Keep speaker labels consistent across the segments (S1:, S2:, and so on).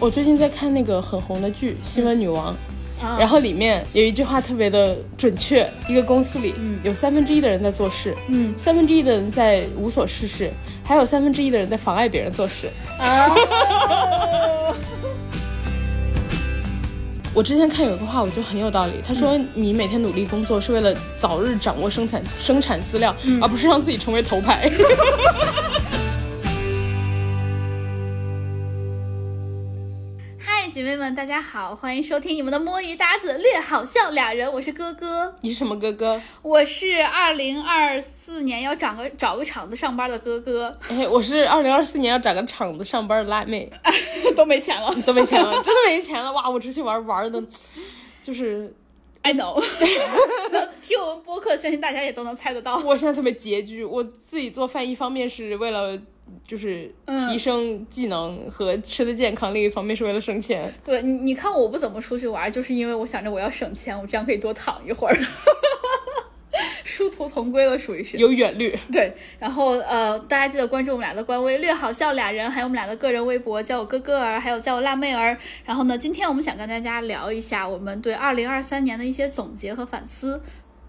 S1: 我最近在看那个很红的剧《新闻女王》，
S2: 啊
S1: 然后里面有一句话特别的准确：一个公司里
S2: 嗯
S1: 有三分之一的人在做事，
S2: 嗯
S1: 三分之一的人在无所事事，还有三分之一的人在妨碍别人做事。
S2: 啊，
S1: 我之前看有一个话，我觉得很有道理。他说：“你每天努力工作是为了早日掌握生产生产资料，而不是让自己成为头牌。
S2: 嗨，姐妹们，大家好，欢迎收听你们的摸鱼搭子略好笑俩人，我是哥哥，
S1: 你是什么哥哥？
S2: 我是二零二四年要找个找个厂子上班的哥哥，
S1: 哎，我是二零二四年要找个厂子上班的辣妹，
S2: 都没钱了
S1: 都没钱了，真的没钱了哇！我出去玩玩的，就是
S2: ，I know，能听我们播客，相信大家也都能猜得到。
S1: 我现在特别拮据，我自己做饭一方面是为了。”就是
S2: 嗯
S1: 提升技能和吃的健康，另一方面是为了省钱。
S2: 对你，你看我不怎么出去玩，就是因为我想着我要省钱，我这样可以多躺一会儿。 殊途同归了，属于是。
S1: 有远虑。
S2: 对，然后呃，大家记得关注我们俩的官微“略好笑俩人”，还有我们俩的个人微博，叫我哥哥儿，还有叫我辣妹儿。然后呢，今天我们想跟大家聊一下我们对二零二三年的一些总结和反思。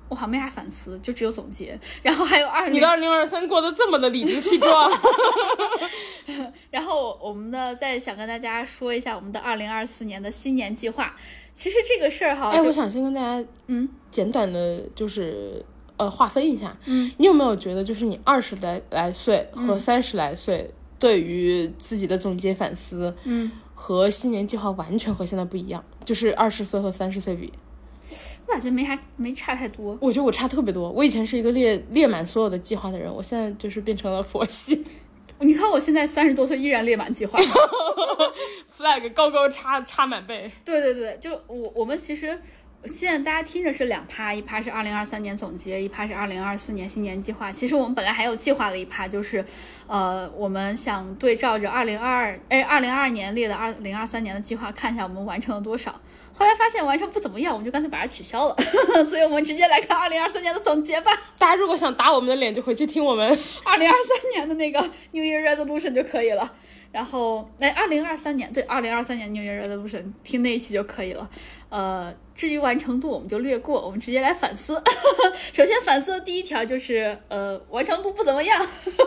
S2: 我好像没啥反思，就只有总结。然后还有二
S1: 你
S2: 零
S1: 的，二零二三过得这么的理直气 壮，
S2: 啊然后我们呢再想跟大家说一下我们的二零二四年的新年计划。其实这个事儿哈，
S1: 哎，
S2: 就
S1: 我想先跟大家
S2: 嗯
S1: 简短的，就是呃划分一下，
S2: 嗯，
S1: 你有没有觉得就是你二十来来岁和三十来岁对于自己的总结反思
S2: 嗯，
S1: 和新年计划完全和现在不一样？就是二十岁和三十岁比，
S2: 我感觉没啥，没差太多。
S1: 我觉得我差特别多。我以前是一个列列满所有的计划的人，我现在就是变成了佛系
S2: 你看我现在三十多岁依然列满计划。
S1: ，flag 高高插插满背。
S2: 对对对，就我我们其实现在大家听着是两趴，一趴是二零二三年总结，一趴是二零二四年新年计划。其实我们本来还有计划的一趴，就是呃，我们想对照着二零二二哎二零二二年列的二零二三年的计划，看一下我们完成了多少。后来发现完成不怎么样，我们就干脆把它取消了。 所以我们直接来看二零二三年的总结吧，
S1: 大家如果想打我们的脸，就回去听我们。
S2: 二零二三年的那个 New Year Resolution 就可以了。然后，哎，二零二三年对，二零二三年 New Year Resolution 听那一期就可以了。呃，至于完成度，我们就略过，我们直接来反思。 首先反思的第一条就是，呃，完成度不怎么样。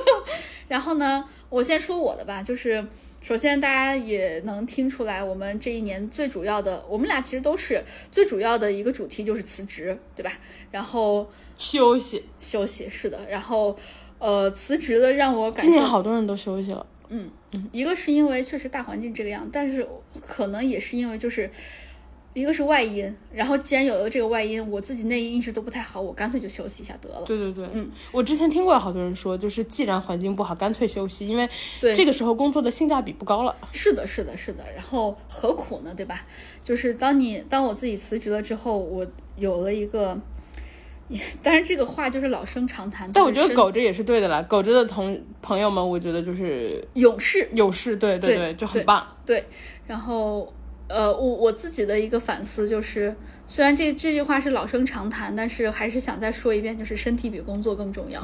S2: 然后呢，我先说我的吧，就是首先大家也能听出来，我们这一年最主要的，我们俩其实都是最主要的一个主题就是辞职，对吧？然后
S1: 休息，
S2: 休息，是的，然后。呃，辞职的让我感
S1: 今
S2: 觉
S1: 年好多人都休息了。
S2: 一个是因为确实大环境这个样，但是可能也是因为就是一个是外因，然后既然有了这个外因，我自己内因一直都不太好，我干脆就休息一下得了。
S1: 对对对，
S2: 嗯，
S1: 我之前听过好多人说，就是既然环境不好，干脆休息，因为
S2: 对
S1: 这个时候工作的性价比不高了。
S2: 是的，是的，是的。然后何苦呢，对吧？就是当你当我自己辞职了之后，我有了一个， 当然这个话就是老生常谈，
S1: 但我觉
S2: 就是
S1: 得苟着也是对的啦，苟着的同朋友们，我觉得就是
S2: 勇士
S1: 有事，对对
S2: 对
S1: 就很棒。
S2: 对，然后呃，我我自己的一个反思就是，虽然这这句话是老生常谈，但是还是想再说一遍，就是身体比工作更重要。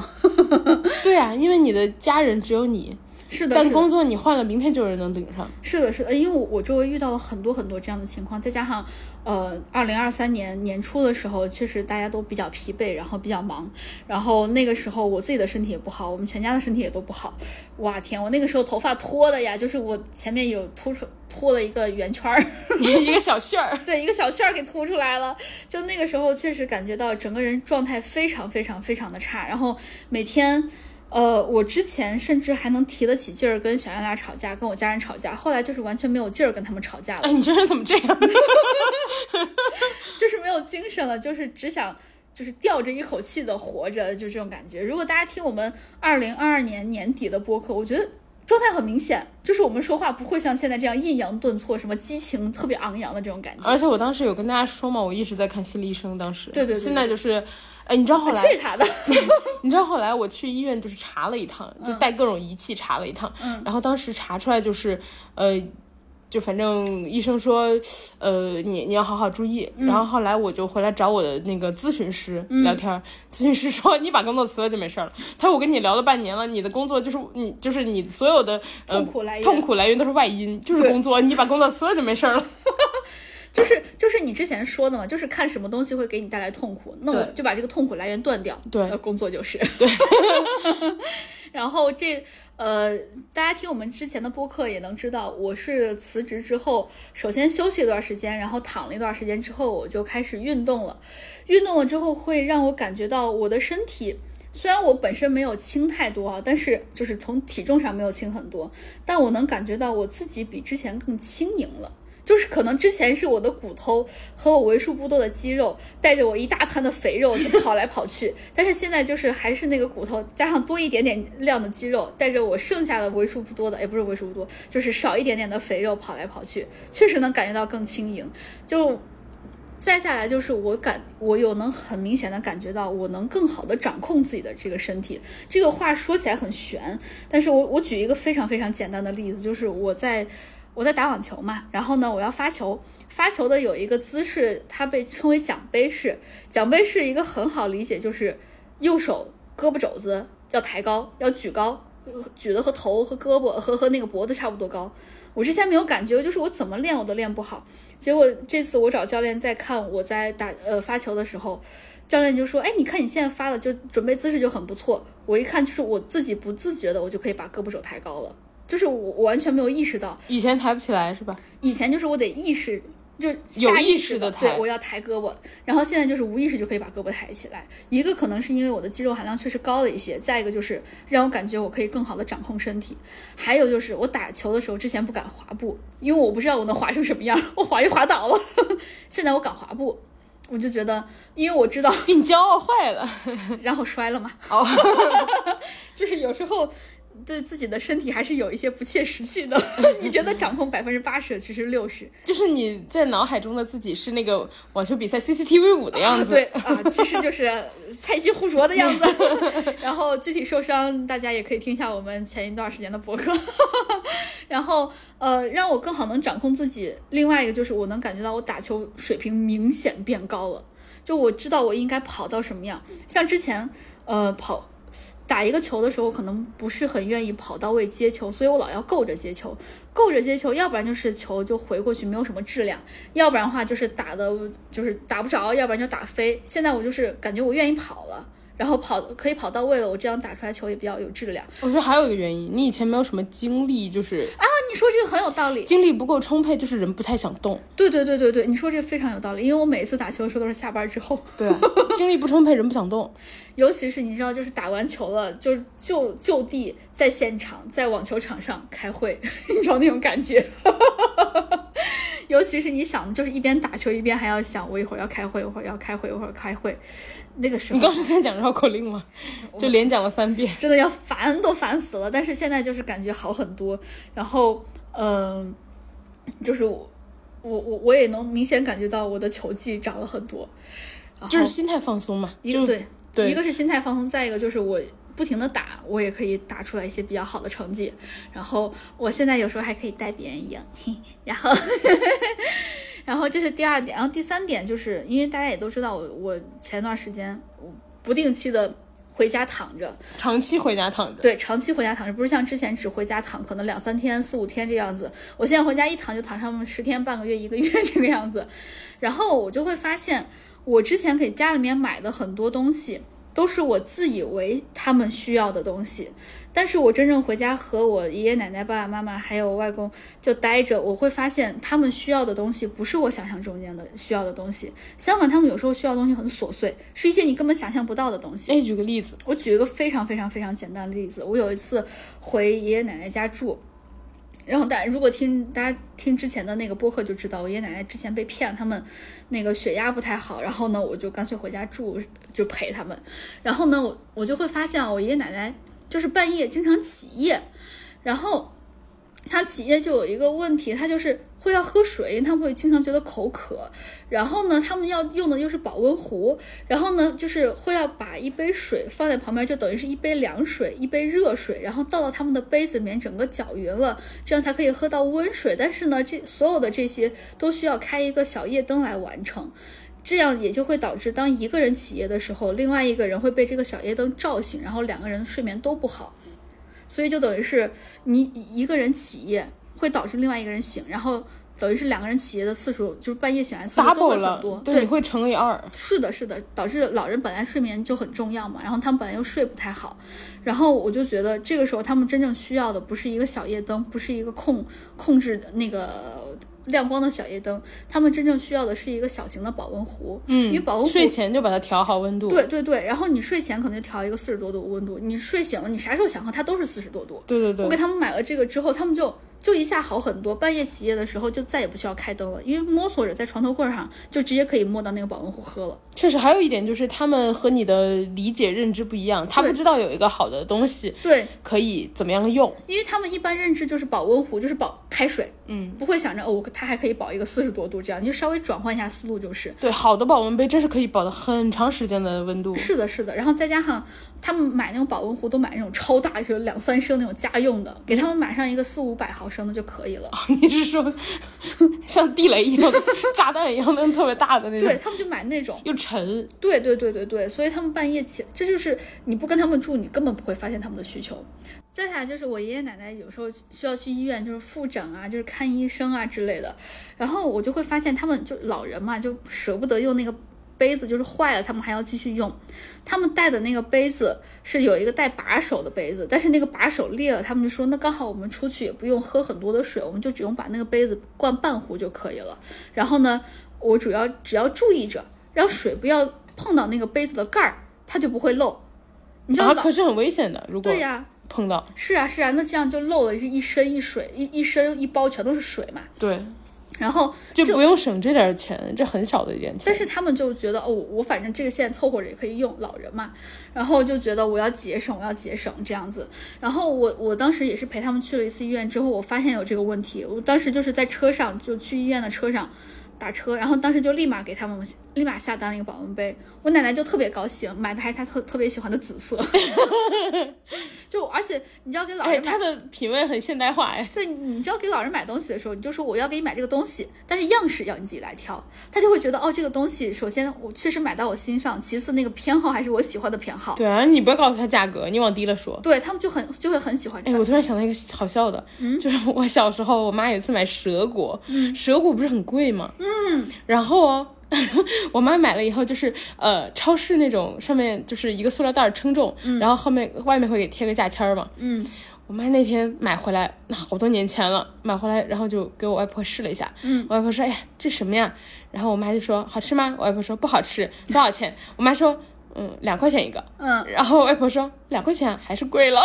S1: 对啊，因为你的家人只有你，
S2: 是的，
S1: 但
S2: 是的
S1: 工作你换了，明天就有人能顶上。
S2: 是的，是的，因为我我周围遇到了很多很多这样的情况，再加上呃，二零二三年年初的时候，确实大家都比较疲惫，然后比较忙，然后那个时候我自己的身体也不好，我们全家的身体也都不好。哇天，我那个时候头发脱的呀，就是我前面有突出脱了一个圆圈儿。
S1: 一个小旋儿，
S2: 对，一个小旋儿给凸出来了。就那个时候，确实感觉到整个人状态非常非常非常的差。然后每天，呃，我之前甚至还能提得起劲儿跟小杨俩吵架，跟我家人吵架。后来就是完全没有劲儿跟他们吵架了，
S1: 哎，你这人怎么这样？
S2: 就是没有精神了，就是只想。就是吊着一口气的活着，就这种感觉。如果大家听我们二零二二年年底的播客，我觉得状态很明显，就是我们说话不会像现在这样抑扬顿挫，什么激情特别昂扬的这种感觉。
S1: 而且我当时有跟大家说嘛，我一直在看心理医生，当时
S2: 对对对
S1: 现在就是，哎，你知道后来嗯
S2: 去他的！
S1: 你知道后来我去医院就是查了一趟，就带各种仪器查了一趟，然后当时查出来就是，呃，就反正医生说，呃，你你要好好注意。然后后来我就回来找我的那个咨询师聊天儿，咨询师说你把工作辞了就没事儿了。他说我跟你聊了半年了，你的工作就是你就是你所有的、呃、
S2: 痛苦来源
S1: 痛苦来源都是外因，就是工作，你把工作辞了就没事儿了。
S2: 就是就是你之前说的嘛，就是看什么东西会给你带来痛苦，那我就把这个痛苦来源断掉。
S1: 对
S2: 呃工作就是。对。 然后这呃，大家听我们之前的播客也能知道，我是辞职之后，首先休息一段时间，然后躺了一段时间之后，我就开始运动了。运动了之后，会让我感觉到我的身体。虽然我本身没有轻太多啊，但是就是从体重上没有轻很多，但我能感觉到我自己比之前更轻盈了。就是可能之前是我的骨头和我为数不多的肌肉带着我一大滩的肥肉就跑来跑去，但是现在就是还是那个骨头加上多一点点量的肌肉，带着我剩下的为数不多的，也不是为数不多，就是少一点点的肥肉跑来跑去，确实能感觉到更轻盈。就再下来就是我感我有能很明显的感觉到我能更好的掌控自己的这个身体。这个话说起来很悬，但是我我举一个非常非常简单的例子，就是我在。我在打网球嘛，然后呢，我要发球，发球的有一个姿势，它被称为奖杯式。奖杯式一个很好理解，就是右手胳膊肘子要抬高，要举高，呃举的和头和胳膊和和那个脖子差不多高。我之前没有感觉，就是我怎么练我都练不好。结果这次我找教练在看我在打呃发球的时候，教练就说：“哎，你看你现在发的就准备姿势就很不错。”我一看就是我自己不自觉的，我就可以把胳膊肘抬高了。就是我我完全没有意识到，
S1: 以前抬不起来是吧？
S2: 以前就是我得意识，就
S1: 有
S2: 下
S1: 意
S2: 意
S1: 识地
S2: 的
S1: 抬
S2: 对，我要抬胳膊。然后现在就是无意识就可以把胳膊抬起来。一个可能是因为我的肌肉含量确实高了一些，再一个就是让我感觉我可以更好的掌控身体。还有就是我打球的时候，之前不敢滑步，因为我不知道我能滑成什么样，我滑就滑倒了。 现在我敢滑步，我就觉得，因为我知道
S1: 给 你骄傲坏了。
S2: 然后摔了嘛。
S1: 哦，
S2: 就是有时候对自己的身体还是有一些不切实际的。 你觉得掌控百分之八十，其实六十。
S1: 就是你在脑海中的自己是那个网球比赛 CCTV 五的样子。
S2: 对啊，其实就是菜鸡互啄 的样子。然后具体受伤，大家也可以听一下我们前一段时间的博客。然后呃，让我更好能掌控自己。另外一个就是我能感觉到我打球水平明显变高了，就我知道我应该跑到什么样。像之前呃跑。打一个球的时候，可能不是很愿意跑到位接球，所以我老要够着接球，够着接球，要不然就是球就回过去没有什么质量，要不然的话就是打的，就是打不着，要不然就打飞。现在我就是感觉我愿意跑了，然后跑可以跑到位了，我这样打出来球也比较有质量。
S1: 我觉得还有一个原因，你以前没有什么精力，就是
S2: 啊，你说这个很有道理。
S1: 精力不够充沛，就是人不太想动。
S2: 对对对对对，你说这个非常有道理，因为我每次打球的时候都是下班之后，
S1: 对、啊， 精力不充沛，人不想动。
S2: 尤其是你知道，就是打完球了，就就就地在现场，在网球场上开会， 你知道那种感觉。 尤其是你想，就是一边打球一边还要想，我一会儿要开会，一会儿要开会，一会儿要开会，那个时候
S1: 你刚是在讲绕口令吗？就连讲了三遍。
S2: 真的要烦都烦死了。但是现在就是感觉好很多，然后嗯、就是我我我我也能明显感觉到我的球技涨了很多，然后
S1: 就是心态放松嘛，
S2: 哦一个
S1: 就
S2: 对
S1: 对
S2: 一个是心态放松，再一个就是我。不停的打，我也可以打出来一些比较好的成绩。然后我现在有时候还可以带别人赢，嘿然后 然后这是第二点，然后第三点就是因为大家也都知道我，我前段时间我不定期的回家躺着，
S1: 长期回家躺着。
S2: 对，长期回家躺着，不是像之前只回家躺，可能两三天、四五天这样子。我现在回家一躺就躺上十天、半个月、一个月 这个样子，然后我就会发现，我之前给家里面买的很多东西，都是我自以为他们需要的东西，但是我真正回家和我爷爷奶奶、爸爸妈妈还有外公就待着，我会发现他们需要的东西不是我想象中间的需要的东西，相反，他们有时候需要的东西很琐碎，是一些你根本想象不到的东西。
S1: 哎，举个例子，
S2: 我举一个非常非常非常简单的例子，我有一次回爷爷奶奶家住，然后大如果听大家听之前的那个播客就知道，我爷爷奶奶之前被骗，他们那个血压不太好，然后呢，我就干脆回家住，就陪他们。然后呢，我我就会发现啊我爷爷奶奶就是半夜经常起夜，然后他企业就有一个问题，它就是会要喝水，因为他们会经常觉得口渴。然后呢，他们要用的又是保温壶，然后呢，就是会要把一杯水放在旁边，就等于是一杯凉水，一杯热水，然后倒到他们的杯子里面，整个搅匀了，这样才可以喝到温水。但是呢，这所有的这些都需要开一个小夜灯来完成。这样也就会导致，当一个人起夜的时候，另外一个人会被这个小夜灯照醒，然后两个人的睡眠都不好。所以就等于是你一个人起夜会导致另外一个人醒，然后等于是两个人起夜的次数，就是半夜醒来次数都
S1: double
S2: 会
S1: 了
S2: 很多。，
S1: 对，你会乘以二。
S2: 是的，是的，导致老人本来睡眠就很重要嘛，然后他们本来又睡不太好，然后我就觉得这个时候他们真正需要的不是一个小夜灯，不是一个控控制那个亮光的小夜灯，他们真正需要的是一个小型的保温壶，嗯，因为保温壶
S1: 睡前就把它调好温度。
S2: 对对对，然后你睡前可能就调一个四十多度温度，你睡醒了，你啥时候想喝它都是四十多度。
S1: 对对对
S2: 我给他们买了这个之后，他们就就一下好很多。半夜起夜的时候就再也不需要开灯了，因为摸索着在床头柜上就直接可以摸到那个保温壶喝了。
S1: 确实还有一点就是他们和你的理解认知不一样，他不知道有一个好的东西
S2: 对，
S1: 可以怎么样用。
S2: 因为他们一般认知就是保温壶就是保开水，嗯，不会想着哦，我它还可以保一个四十多度这样，你就稍微转换一下思路就是。
S1: 对，好的保温杯真是可以保的很长时间的温度。
S2: 是的，是的，然后再加上他们买那种保温壶都买那种超大，就是两三升那种家用的，给他们买上一个四五百毫升的就可以了。
S1: 你是说 像地雷一样、炸弹一样那种特别大的那种？
S2: 对，他们就买那种，
S1: 又沉。
S2: 对对对对对，所以他们半夜起，这就是你不跟他们住，你根本不会发现他们的需求。再下来就是我爷爷奶奶有时候需要去医院，就是复诊啊，就是看医生啊之类的，然后我就会发现他们就老人嘛，就舍不得用那个。杯子就是坏了，他们还要继续用。他们带的那个杯子是有一个带把手的杯子，但是那个把手裂了，他们就说那刚好我们出去也不用喝很多的水，我们就只用把那个杯子灌半壶就可以了。然后呢，我主要只要注意着，让水不要碰到那个杯子的盖儿，它就不会漏。你知道
S1: 啊，
S2: 老、
S1: 可是很危险的，如果
S2: 对呀、
S1: 碰到。
S2: 是啊是啊，那这样就漏了，是一身一水，一一身一包全都是水嘛。
S1: 对，
S2: 然后，
S1: 就不用省这点钱，这很小的一点钱。
S2: 但是他们就觉得哦，我反正这个现在凑合着也可以用，老人嘛，然后就觉得我要节省，我要节省这样子。然后我我当时也是陪他们去了一次医院之后，我发现有这个问题，我当时就是在车上就去医院的车上。打车，然后当时就立马给他们立马下单了一个保温杯，我奶奶就特别高兴，买的还是她特特别喜欢的紫色， 就而且你知道给老人
S1: 哎，
S2: 买
S1: 他的品味很现代化哎。
S2: 对，你知道给老人买东西的时候，你就说我要给你买这个东西，但是样式要你自己来挑，他就会觉得哦，这个东西首先我确实买到我心上，其次那个偏好还是我喜欢的偏好，
S1: 对啊，你不要告诉他价格，你往低了说。
S2: 对他们就很就会很喜欢这
S1: 哎，
S2: 个。
S1: 我突然想到一个好笑的，
S2: 嗯
S1: 就是我小时候，我妈有一次买蛇果，蛇果不是很贵吗？嗯，然后哦。 我妈买了以后，就是呃，超市那种上面就是一个塑料袋儿称重，然后后面外面会给贴个价签儿嘛。
S2: 嗯
S1: 我妈那天买回来，那好多年前了，买回来然后就给我外婆试了一下。
S2: 嗯，
S1: 我外婆说：“哎呀，这什么呀？”然后我妈就说：“好吃吗？”我外婆说：“不好吃，多少钱？”我妈说：“嗯，两块钱一个。”
S2: 嗯，
S1: 然后我外婆说：“两块钱还是贵了。”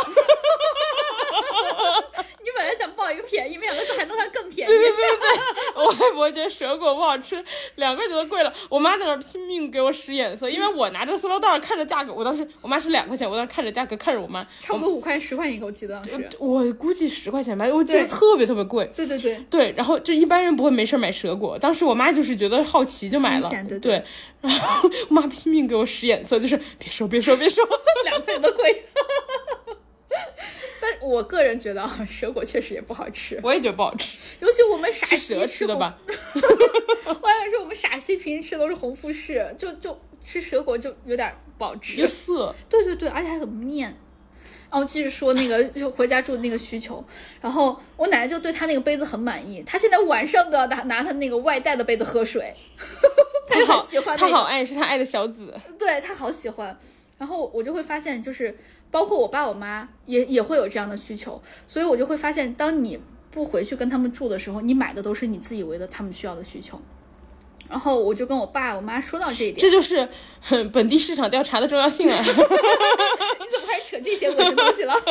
S2: 你本来想报一个便宜，没想到还能它更便宜。
S1: 我外婆觉得蛇果不好吃，两块钱都贵了。我妈在那儿拼命给我使眼色，因为我拿着塑料袋儿看着价格，我当时我妈是两块钱，我当时看着价格看着我妈，
S2: 差不多五块十块一个，我记得当时。
S1: 我估计十块钱吧，我记得
S2: 对
S1: 特别特别贵。
S2: 对对对，
S1: 对，然后就一般人不会没事儿买蛇果，当时我妈就是觉得好奇就买了
S2: 新鲜，对对
S1: 对，然后我妈拼命给我使眼色，就是别说别说别说，
S2: 两块都贵。 但我个人觉得啊，蛇果确实也不好吃，
S1: 我也觉得不好吃，
S2: 尤其我们傻
S1: 是
S2: 西
S1: 蛇吃的
S2: 哎红
S1: 吧？
S2: 我还想说，我们陕西平时吃的都是红富士，就就吃蛇果就有点不好
S1: 又
S2: 吃。
S1: 涩，
S2: 对对对，而且还很面。然后继续说那个就回家住的那个需求，然后我奶奶就对她那个杯子很满意，她现在晚上都要拿拿她那个外带的杯子喝水，
S1: 她
S2: 她就
S1: 好
S2: 很喜欢、那
S1: 她
S2: 个
S1: 好爱是她爱的小子，
S2: 对他好喜欢。然后我就会发现，就是包括我爸我妈也也会有这样的需求，所以我就会发现，当你不回去跟他们住的时候，你买的都是你自以为的他们需要的需求。然后我就跟我爸我妈说到这一点，
S1: 这就是 哼本地市场调查的重要性啊。
S2: 你怎么开始扯这些恶心东西了？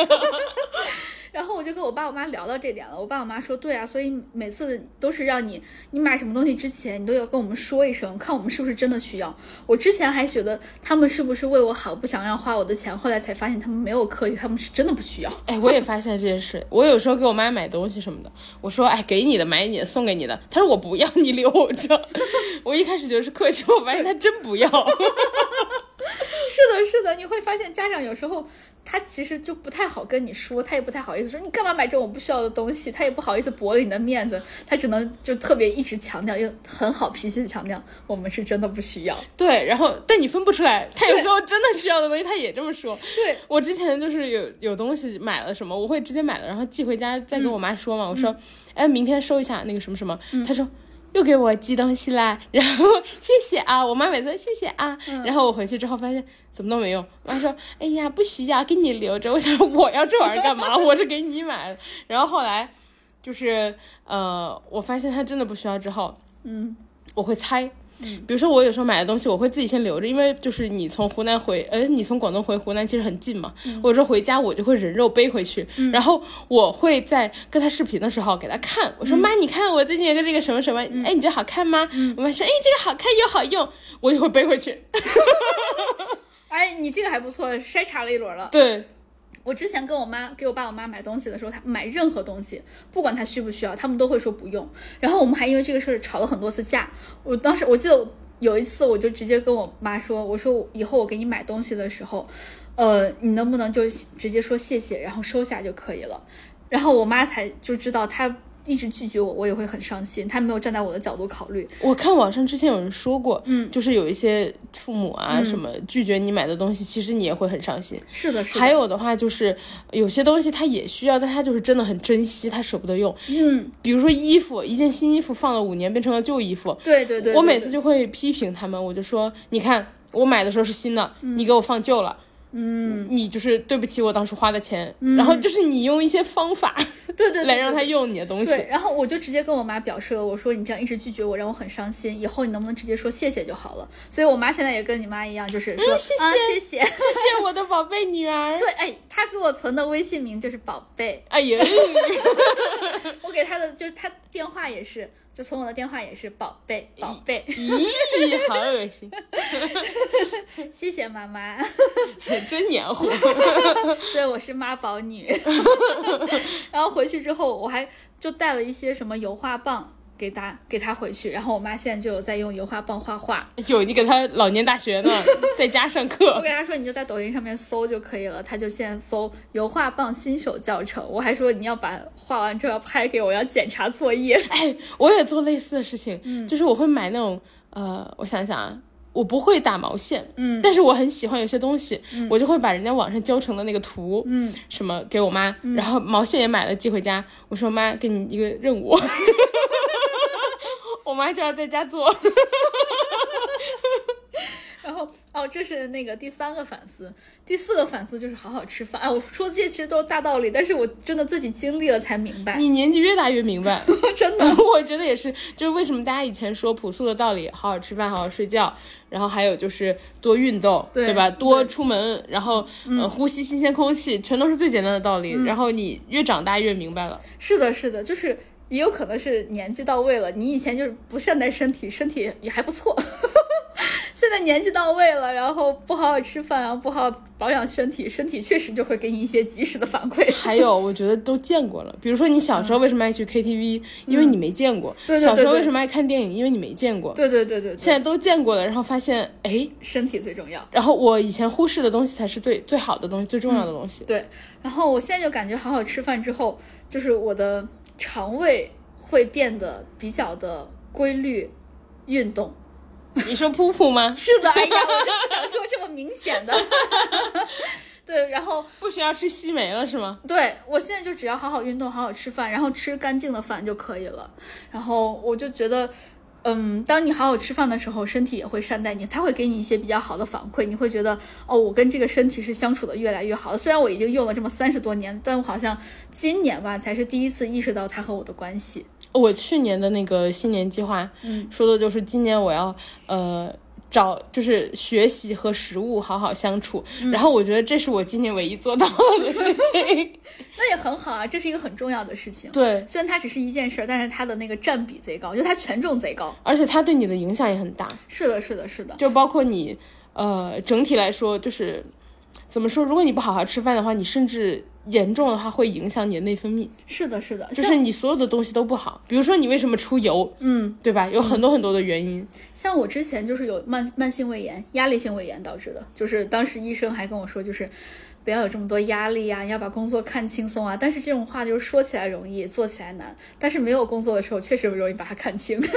S2: 然后我就跟我爸我妈聊到这点了，我爸我妈说，对啊，所以每次都是让你你买什么东西之前，你都要跟我们说一声，看我们是不是真的需要。我之前还觉得他们是不是为我好，不想让花我的钱，后来才发现他们没有刻意，他们是真的不需要。
S1: 哎，我也发现这件事。我有时候给我妈买东西什么的，我说哎，给你的，买你的，送给你的。她说我不要，你留着。 我一开始觉得是客气，我发现她真不要。
S2: 是的，是的，你会发现家长有时候他其实就不太好跟你说，他也不太好意思说你干嘛买这种我不需要的东西，他也不好意思驳了你的面子，他只能就特别一直强调，又很好脾气的强调我们是真的不需要。
S1: 对，然后但你分不出来，她有时候真的需要的东西，她也这么说。
S2: 对，
S1: 我之前就是有有东西买了什么，我会直接买了，然后寄回家再跟我妈说嘛。我说，哎，明天收一下那个什么什么。她说。又给我寄东西啦，然后谢谢啊，我妈每次谢谢啊，然后我回去之后发现怎么都没用，我妈说，哎呀不需要，给你留着。我想我要这玩意儿干嘛？我是给你买的。然后后来就是呃，我发现她真的不需要之后，
S2: 嗯，
S1: 我会猜，比如说我有时候买的东西，我会自己先留着，因为就是你从湖南回，呃，你从广东回湖南其实很近嘛。我有时候回家我就会人肉背回去，然后我会在跟他视频的时候给他看，我说、妈，你看我最近有个这个什么什么，哎，你觉得好看吗？我妈说，哎，这个好看又好用，我就会背回去。
S2: 哎，你这个还不错，筛查了一轮了。
S1: 对，
S2: 我之前跟我妈给我爸我妈买东西的时候，他买任何东西，不管他需不需要，他们都会说不用。然后我们还因为这个事儿吵了很多次架。我当时我记得有一次，我就直接跟我妈说：“我说以后我给你买东西的时候，呃，你能不能就直接说谢谢，然后收下就可以了。”然后我妈才就知道她。一直拒绝我，我也会很伤心。她没有站在我的角度考虑，
S1: 我看网上之前有人说过，
S2: 嗯
S1: 就是有一些父母啊、什么拒绝你买的东西，其实你也会很伤心。
S2: 是的，是的，
S1: 还有的话就是，有些东西他也需要，但他就是真的很珍惜，他舍不得用。
S2: 嗯，
S1: 比如说衣服，一件新衣服放了五年变成了旧衣服，
S2: 对对对，
S1: 我
S2: 对
S1: 每
S2: 对
S1: 次就会批评他们，我就说，你看我买的时候是新的，你给我放旧了。嗯，你就是对不起我当时花的钱，然后就是你用一些方法
S2: 嗯对对对
S1: 来
S2: 对
S1: 让他
S2: 对
S1: 用你的东西，
S2: 对，然后我就直接跟我妈表示了，我说你这样一直拒绝我，让我很伤心。以后你能不能直接说谢谢就好了？所以我妈现在也跟你妈一样，就是说、
S1: 谢
S2: 啊谢谢。
S1: 谢谢我的宝贝女儿。
S2: 对，哎，她给我存的微信名就是宝贝，
S1: 哎呀，
S2: 我给她的就是她电话也是，就存我的电话也是宝贝宝贝，
S1: 咦，好恶心，
S2: 谢谢妈妈，
S1: 真黏糊。
S2: 对我是妈宝女。然后回去之后，我还就带了一些什么油画棒给她给她回去，然后我妈现在就有在用油画棒画画。
S1: 有你给他老年大学呢，在家上
S2: 我
S1: 课。
S2: 给他说，你就在抖音上面搜就可以了。他就现在搜油画棒新手教程。我还说你要把画完之后要拍给我，我要检查作业。
S1: 哎，我也做类似的事情，就是我会买那种呃，我想想啊，我不会打毛线，嗯，但是我很喜欢有些东西，我就会把人家网上教程的那个图，嗯，什么给我妈，然后毛线也买了寄回家，我说妈，给你一个任务， 我妈就要在家做，
S2: 然后哦，这是那个第三个反思，第四个反思就是好好吃饭。哎，我说这些其实都是大道理，但是我真的自己经历了才明白，
S1: 你年纪越大越明白。
S2: 哎 真的。
S1: 我觉得也是，就是为什么大家以前说朴素的道理，好好吃饭，好好睡觉，然后还有就是多运动，
S2: 对嗯
S1: 对吧？多出门，然后、呃呼吸新鲜空气，全都是最简单的道理。然后你越长大越明白 了，
S2: 是的，是的，就是也有可能是年纪到位了，你以前就是不善待身体，身体也还不错， 现在年纪到位了，然后不好好吃饭，然啊后不好好保养身体，身体确实就会给你一些及时的反馈。
S1: 还有，我觉得都见过了。比如说，你小时候为什么爱去 KTV？、因为你没见过。
S2: 嗯对对对
S1: 小时候
S2: 对
S1: 为什么爱看电影？因为你没见过。
S2: 对对对对
S1: 现
S2: 对，
S1: 在都见过了，然后发现，哎，
S2: 身体最重要。
S1: 然后我以前忽视的东西才是最最好的东西，最重要的东 西。
S2: 对，然后我现在就感觉好好吃饭之后，就是我的肠胃会变得比较的规律，运动。
S1: 你说噗噗吗？
S2: 是的，哎呀，我就不想说这么明显的。 对，然后
S1: 不需要吃西梅了是吗？
S2: 对我现在就只要好好运动，好好吃饭，然后吃干净的饭就可以了。然后我就觉得，嗯，当你好好吃饭的时候，身体也会善待你，它会给你一些比较好的反馈，你会觉得哦，我跟这个身体是相处的越来越好的。虽然我已经用了这么三十多年，但我好像今年吧才是第一次意识到它和我的关系。
S1: 我去年的那个新年计划，
S2: 嗯，
S1: 说的就是今年我要呃找就是学习和食物好好相处，
S2: 嗯
S1: 然后我觉得这是我今年唯一做到的事 情。
S2: 那也很好啊，这是一个很重要的事情。
S1: 对，
S2: 虽然它只是一件事儿，但是它的那个占比贼高，就它权重贼高。
S1: 而且它对你的影响也很大，
S2: 是的，是的，是的，
S1: 就包括你呃整体来说就是怎么说，如果你不好好吃饭的话，你甚至严重的话会影响你的内分泌，
S2: 是的，是的，
S1: 就
S2: 像
S1: 是你所有的东西都不好。比如说你为什么出油，
S2: 嗯，
S1: 对吧？有很多很多的原因。
S2: 像我之前就是有慢慢性胃炎、压力性胃炎导致的，就是当时医生还跟我说，就是不要有这么多压力呀、要把工作看轻松啊。但是这种话就是说起来容易，做起来难。但是没有工作的时候，确实容易把它看清。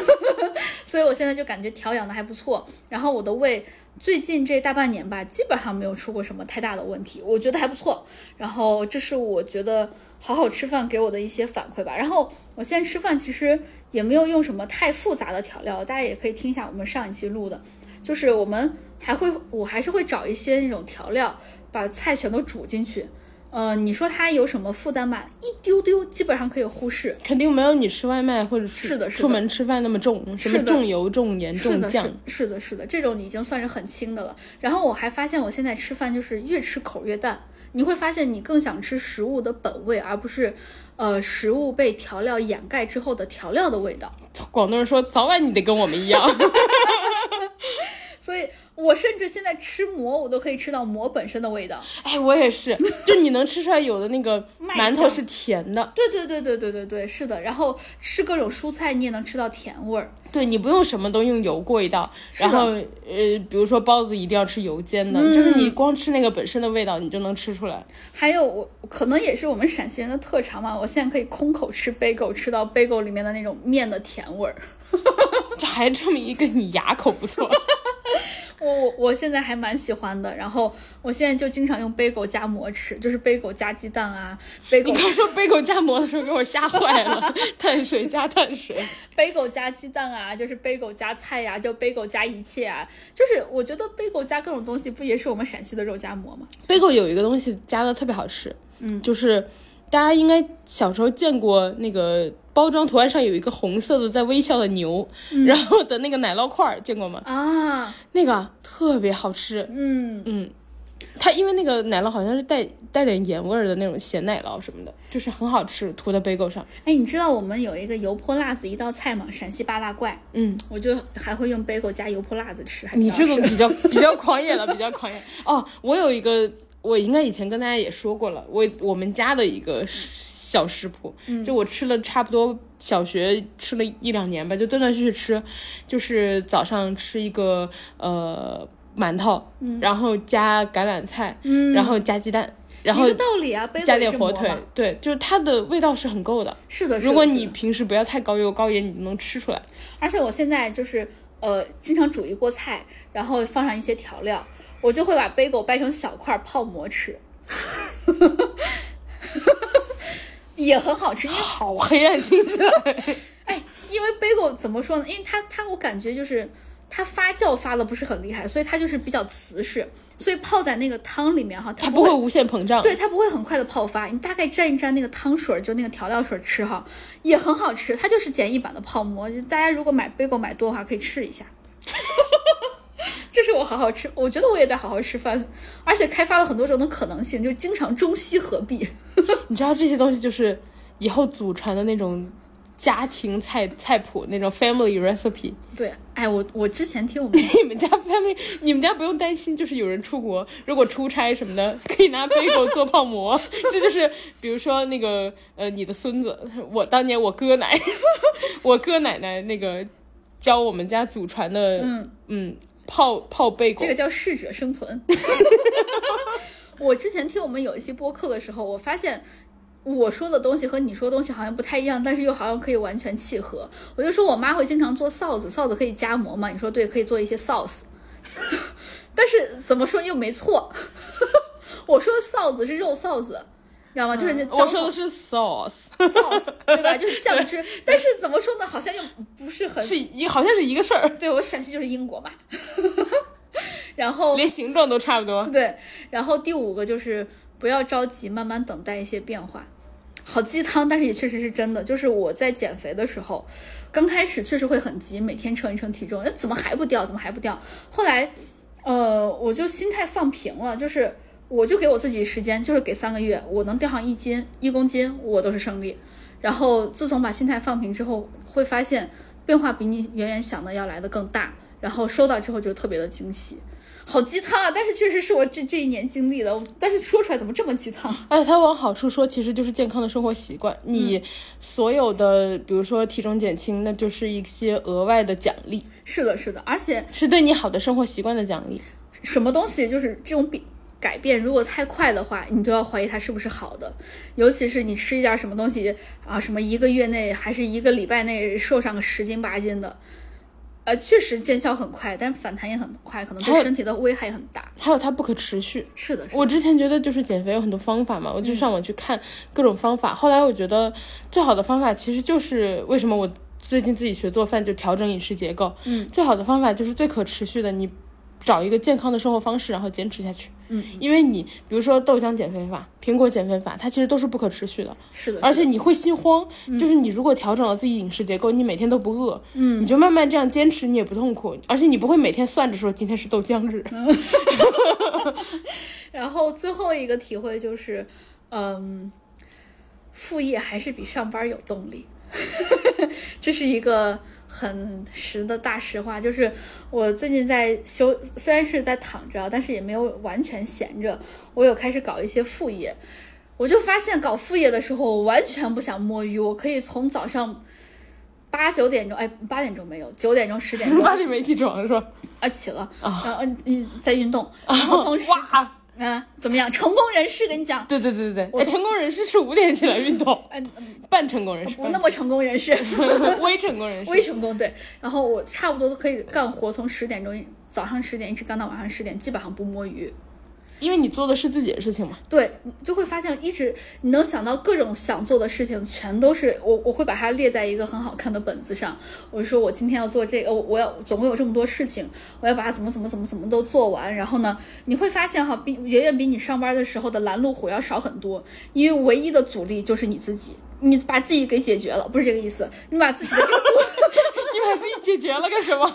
S2: 所以我现在就感觉调养的还不错，然后我的胃最近这大半年吧，基本上没有出过什么太大的问题，我觉得还不错。然后这是我觉得好好吃饭给我的一些反馈吧。然后我现在吃饭其实也没有用什么太复杂的调料，大家也可以听一下我们上一期录的，就是我们还会，我还是会找一些那种调料，把菜全都煮进去。呃，你说它有什么负担吧？一丢丢，基本上可以 忽视。
S1: 肯定没有你吃外卖或者
S2: 是的是的
S1: 出门吃饭那么重，什么
S2: 是的
S1: 重油、重盐、
S2: 是
S1: 重
S2: 的，
S1: 酱
S2: 是。是的，是的，这种已经算是很轻的了。然后我还发现，我现在吃饭就是越吃口越淡，你会发现你更想吃食物的本味，而不是，呃，食物被调料掩盖之后的调料的味道。
S1: 广东人说，早晚你得跟我们一样。
S2: 所以我甚至现在吃馍，我都可以吃到馍本身的味道。
S1: 哎，我也是，就你能吃出来有的那 个
S2: 麦
S1: 馒头
S2: 香
S1: 是甜的，
S2: 对对对对对对对，是的。然后吃各种蔬菜，你也能吃到甜味儿。
S1: 对你不用什么都用油过一道，
S2: 是的嗯
S1: 然后呃，比如说包子一定要吃油煎的，就是你光吃那个本身的味道，你就能吃出来。
S2: 还有我可能也是我们陕西人的特长嘛，我现在可以空口吃 bagel，吃到 bagel 里面的那种面的甜味儿。
S1: 这还证明一个你牙口不 错。
S2: 我我我现在还蛮喜欢的，然后我现在就经常用 bagel 加馍吃，就是 bagel 加鸡蛋啊
S1: 你
S2: ，bagel
S1: 刚说贝果夹馍的时候，给我吓坏了， 碳水加碳水。
S2: bagel 加鸡蛋啊，就是 bagel 加菜呀、就 bagel 加一切啊，就是我觉得 bagel 加各种东西不也是我们陕西的肉夹馍吗？
S1: 贝果有一个东西加的特别好吃，嗯，就是大家应该小时候见过那个包装图案上有一个红色的在微笑的牛，然后的那个奶酪块儿，见过吗？
S2: 啊，
S1: 那个特别好吃，
S2: 嗯，
S1: 嗯，它因为那个奶酪好像是带带点盐味儿的那种咸奶酪什么的，就是很好吃，涂在 bagel 上，
S2: 哎，你知道我们有一个油泼辣子一道菜吗？陕西八大怪，
S1: 嗯，
S2: 我就还会用 bagel 加油泼辣子吃，还
S1: 你这
S2: 个
S1: 个比较比较狂野了，比较狂野。哦，我有一个，我应该以前跟大家也说过了，我我们家的一个小食谱，
S2: 嗯
S1: 就我吃了差不多小学吃了一两年吧，就断断续续吃，就是早上吃一个呃馒头，然后加橄榄菜，
S2: 嗯，
S1: 然后加鸡蛋，然后
S2: 一个道理啊，bagel
S1: 加
S2: 也
S1: 点
S2: 是
S1: 火
S2: 馍
S1: 腿
S2: 嘛，
S1: 对，就是它的味道是很够的。
S2: 是的，是的
S1: 如果
S2: 是的
S1: 你平时不要太高油高盐，你就能吃出来。
S2: 而且我现在就是呃，经常煮一锅菜，然后放上一些调料，我就会把 bagel 掰成小块儿泡馍 吃， 也很好吃。因为
S1: 好黑暗，听起来。
S2: 哎，因为 bagel 怎么说呢？因为它它我感觉就是它发酵发的不是很厉害，所以它就是比较瓷实，所以泡在那个汤里面哈，它
S1: 它不
S2: 会
S1: 会无限膨胀。
S2: 对，它不会很快的泡发，你大概蘸一蘸那个汤水儿，就那个调料水儿吃哈，也很好吃。它就是简易版的泡馍，就大家如果买 bagel 买多的话，可以试一下。 这是我好好吃，我觉得我也在好好吃饭，而且开发了很多种的可能性，就经常中西合璧。
S1: 你知道这些东西就是以后祖传的那种家庭菜菜谱，那种 family recipe。
S2: 对，哎，我我之前听我们
S1: 你们家 family，你们家不用担心，就是有人出国，如果出差什么的，可以拿 bagel 做泡馍。 这就是比如说那个呃，你的孙子，我当年我哥奶， 我哥奶奶那个教我们家祖传的，嗯泡泡贝果
S2: 这个叫适者生存。 我之前听我们有一期播客的时候，我发现我说的东西和你说的东西好像不太一样，但是又好像可以完全契合。我就说我妈会经常做臊子，臊子可以夹馍嘛？你说对，可以做一些 sauce，但是怎么说又没错。 我说臊子是肉臊子，你知道吗？就是那
S1: 嗯我说的是 sauce，
S2: sauce，对吧？就是酱汁，但是怎么说呢？好像又不是很
S1: 是一好像是一个事儿，
S2: 对。我陕西就是英国嘛， 然后
S1: 连形状都差不多。
S2: 对，然后第五个就是不要着急，慢慢等待一些变化。好鸡汤，但是也确实是真的。就是我在减肥的时候，刚开始确实会很急，每天称一称体重，哎，怎么还不掉？怎么还不掉？后来，呃，我就心态放平了，就是我就给我自己时间，就是给三个月，我能掉上一斤一公斤，我都是胜利。然后自从把心态放平之后，会发现变化比你远远想的要来的更大，然后收到之后就特别的惊喜。好鸡汤啊！但是确实是我这这一年经历的，我但是说出来怎么这么鸡汤？
S1: 哎，它往好处说，其实就是健康的生活习惯。你
S2: 嗯
S1: 所有的，比如说体重减轻，那就是一些额外的奖励，
S2: 是的，是的，而且
S1: 是对你好的生活习惯的奖励。
S2: 什么东西就是这种比改变，如果太快的话，你都要怀疑它是不是好的。尤其是你吃一点什么东西啊，什么一个月内还是一个礼拜内瘦上个十斤八斤的，呃，确实见效很快，但反弹也很快，可能
S1: 还
S2: 对
S1: 有
S2: 身体的危害很大。
S1: 还有它不可持续。
S2: 是的，是的
S1: 我之前觉得就是减肥有很多方法嘛，我
S2: 嗯
S1: 就上网去看各种方法。后来我觉得最好的方法其实就是为什么我最近自己学做饭就调整饮食结构，
S2: 嗯，
S1: 最好的方法就是最可持续的，你找一个健康的生活方式，然后坚持下去。
S2: 嗯，
S1: 因为你比如说豆浆减肥法、苹果减肥法，它其实都是不可持续的，
S2: 是的，
S1: 而且你会心慌。
S2: 嗯
S1: 就是你如果调整了自己饮食结构，你每天都不饿，嗯，你就慢慢这样坚持，你也不痛苦，而且你不会每天算着说今天是豆浆日。
S2: 嗯然后最后一个体会就是，嗯，副业还是比上班有动力， 这是一个很实的大实话。就是我最近在休，虽然是在躺着，啊但是也没有完全闲着，我有开始搞一些副业。我就发现搞副业的时候，我完全不想摸鱼，我可以从早上八九点钟，哎，八点钟没有，九点钟十 点钟
S1: 八点没起床是吧？
S2: 啊起了，然后嗯在运动，
S1: 啊
S2: 然后 从十
S1: 哇，
S2: 嗯、怎么样？成功人士跟你讲，
S1: 对对对对对，
S2: 我
S1: 哎成功人士是五点起来运动，
S2: 嗯、嗯
S1: 半成功人士，
S2: 不那么成功人士，
S1: 半 微成功人士
S2: 微。成功对。然后我差不多都可以干活，从十点钟早上十点一直干到晚上十点，基本上不摸鱼。
S1: 因为你做的是自己的事情 嘛。
S2: 对，你就会发现一直你能想到各种想做的事情，全都是我我会把它列在一个很好看的本子上。我说我今天要做这个，我我要总共有这么多事情，我要把它怎么怎么怎么怎么都做完。然后呢，你会发现哈，比远远比你上班的时候的拦路虎要少很多，因为唯一的阻力就是你自己。你把自己给解决了，不是这个意思。你把自己的这个阻
S1: 你把自己解决了干什么？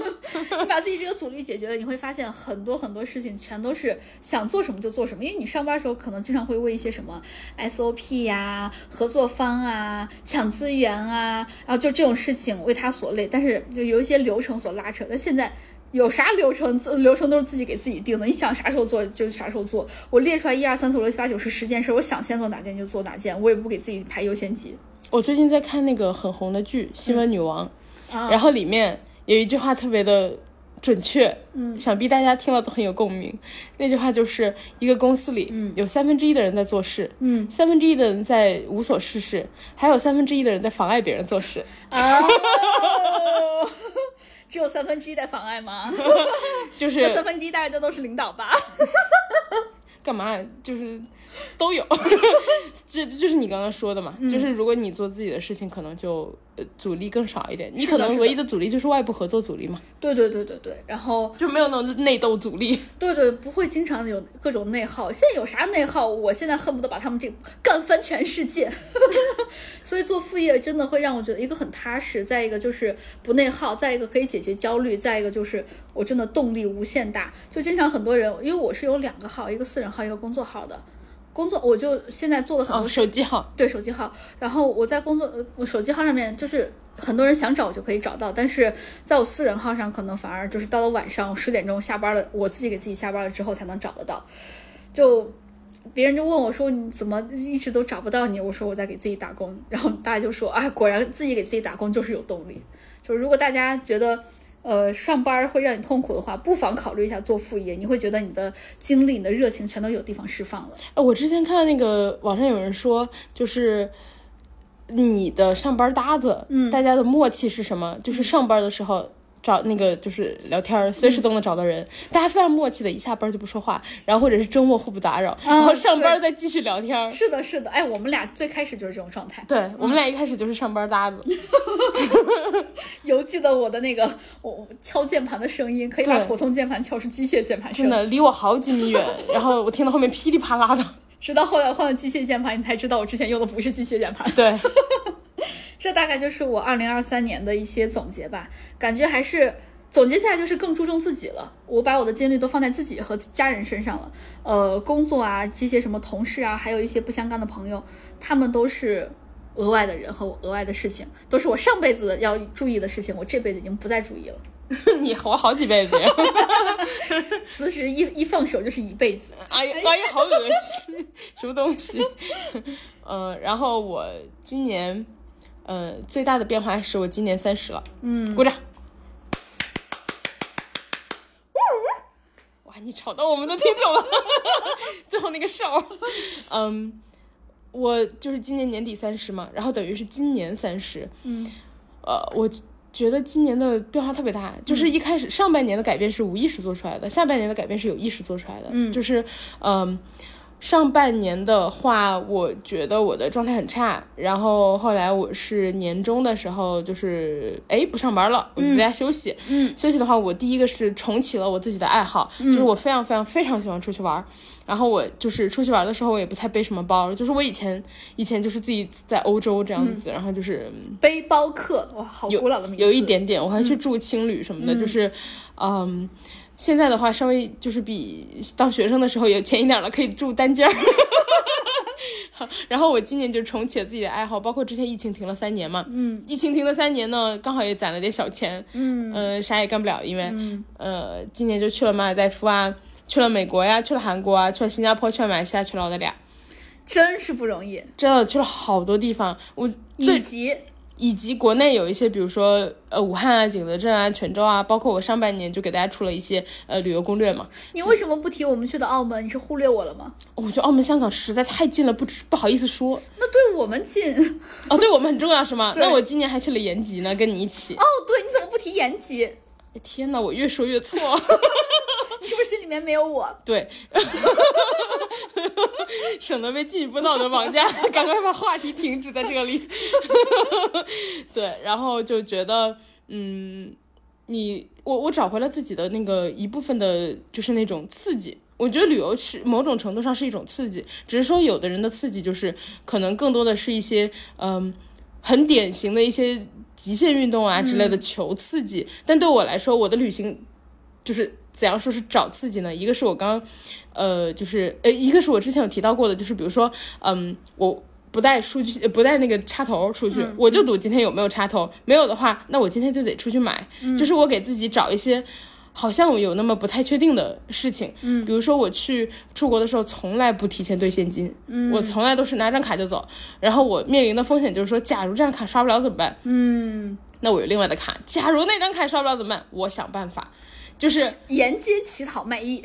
S2: 你把自己这个阻力解决了，你会发现很多很多事情全都是想做什么就做什么。因为你上班的时候可能经常会为一些什么 SOP 呀、合作方啊、抢资源啊，然后就这种事情为他所累，但是就有一些流程所拉扯。但现在。有啥流程？自流程都是自己给自己定的。你想啥时候做就啥时候做。我列出来一二三四五六七八九十十件事，我想先做哪件就做哪件，我也不给自己排优先级。
S1: 我最近在看那个很红的剧《新闻女王》，
S2: 啊
S1: 然后里面有一句话特别的准确，嗯，想必大家听了都很有共鸣。那句话就是一个公司里，嗯，有三分之一的人在做事，
S2: 嗯，
S1: 三分之一的人在无所事事，还有三分之一的人在妨碍别人做 事。
S2: 啊， 只有三分之一在妨碍吗？
S1: 就
S2: 那三
S1: 是
S2: 分之一大家都是领导吧？
S1: 干嘛？就是都 有，这就是你刚刚说的嘛，就是如果你做自己的事情，可能就呃阻力更少一点。你
S2: 是
S1: 可
S2: 的
S1: 能
S2: 是
S1: 唯
S2: 的
S1: 一的阻力就是外部合作阻力嘛，
S2: 对对对对对，然后
S1: 就没有那种内斗阻力。
S2: 对对，不会经常有各种内耗。现在有啥内耗？我现在恨不得把他们这干翻全世界。 所以做副业真的会让我觉得一个很踏实，再一个就是不内耗，再一个可以解决焦虑，再一个就是我真的动力无限大。就经常很多人，因为我是有两个号，一个私人号，一个工作号的。工作我就现在做了很多
S1: 哦， 手机号，
S2: 对手机号，然后我在工作呃我手机号上面就是很多人想找我就可以找到，但是在我私人号上可能反而就是到了晚上十点钟下班了，我自己给自己下班了之后才能找得到，就。别人就问我说：“你怎么一直都找不到你？”我说：“我在给自己打工。”然后大家就说：“啊，果然自己给自己打工就是有动力。”就是如果大家觉得，呃，上班会让你痛苦的话，不妨考虑一下做副业，你会觉得你的精力、你的热情全都有地方释放了。
S1: 哎，我之前看到那个网上有人说，就是你的上班搭子，嗯，大家的默契是什么？就是上班的时候。找那个就是聊天儿，随时都能找到人，大家非常默契的，一下班就不说话，然后或者是周末互不打扰，然后上班再继续聊天儿。
S2: 是的，是的，哎，我们俩最开始就是这种状态。
S1: 对我们俩一开始就是上班搭子，
S2: 犹记得我的那个我我敲键盘的声音，可以把
S1: 对
S2: 普通键盘敲成机械键盘
S1: 真
S2: 声。
S1: 的离我好几米远，然后我听到后面噼里啪啦的，
S2: 直到后来换了机械键盘，你才知道我之前用的不是机械键盘。
S1: 对，
S2: 这大概就是我二零二三年的一些总结吧，感觉还是总结下来就是更注重自己了。我把我的精力都放在自己和家人身上了，呃，工作啊，这些什么同事啊，还有一些不相干的朋友，他们都是额外的人和我额外的事情，都是我上辈子要注意的事情，我这辈子已经不再注意了。
S1: 你活好几辈子呀！
S2: 辞职一一放手就是一辈子。
S1: 哎呀，哎呀，好恶心， 什么东西？呃，然后我今年，呃，最大的变化是我今年三十了。嗯，鼓掌。哇，你吵到我们的听众了， 最后那个哨。嗯，我就是今年年底三十嘛，然后等于是今年三十。
S2: 嗯，
S1: 呃，我觉得今年的变化特别大，就是一开始上半年的改变是无意识做出来的，下半年的改变是有意识做出来的。嗯，就是嗯、上半年的话，我觉得我的状态很差，然后后来我是年终的时候，就是哎不上班了，我就在家休息。
S2: 嗯，
S1: 休息的话，我第一个是重启了我自己的爱好，就是我非常非常非常喜欢出去玩儿。然后我就是出去玩儿的时候，我也不太背什么包，就是我以前以前就是自己在欧洲这样子，然后就是
S2: 背包客，哇，好古老的名字。嗯
S1: 有一，点点，我还去住青旅什么的，就是，嗯，现在的话稍微就是比当学生的时候有钱一点了，可以住单间儿。 然后我今年就重启了自己的爱好，包括之前疫情停了三年嘛，
S2: 嗯
S1: 疫情停了三年呢，刚好也攒了点小钱，
S2: 嗯
S1: 呃，啥也干不了，因为、
S2: 嗯
S1: 呃，今年就去了马尔代夫啊，去了美国呀，去了韩国啊，去了新加坡，去了马来西亚，去了澳大利亚，
S2: 真是不容易。
S1: 真的去了好多地方。我
S2: 以及
S1: 以及国内有一些，比如说呃武汉啊、景德镇啊、泉州啊，包括我上半年就给大家出了一些呃旅游攻略嘛。
S2: 你为什么不提我们去的澳门？你是忽略我了吗？
S1: 哦我觉得澳门、香港实在太近了，不知不好意思说。
S2: 那对我们近 哦，
S1: 哦，对我们很重要是吗？
S2: 对
S1: 那我今年还去了延吉呢，跟你一起。
S2: 对，你怎么不提延吉？
S1: 哎天哪，我越说越错。
S2: 你是不是心里面没有我？
S1: 对， 省得被进一步道德绑架，赶快把话题停止在这里。 对，然后就觉得，嗯，你我我找回了自己的那个一部分的，就是那种刺激。我觉得旅游是某种程度上是一种刺激，只是说有的人的刺激就是可能更多的是一些嗯很典型的一些极限运动啊之类的求刺激，但对我来说，我的旅行就是怎样说是找刺激呢？一个是我刚，呃，就是呃，一个是我之前有提到过的，就是比如说，嗯，我不带数据，呃不带那个插头出去，我就赌今天有没有插头，没有的话，那我今天就得出去买，就是我给自己找一些。好像我有那么不太确定的事情，嗯，比如说我去出国的时候，从来不提前兑现金，嗯，我从来都是拿张卡就走，然后我面临的风险就是说，假如这张卡刷不了怎么办？
S2: 嗯，
S1: 那我有另外的卡，假如那张卡刷不了怎么办？我想办法， 就是
S2: 沿街乞讨卖艺，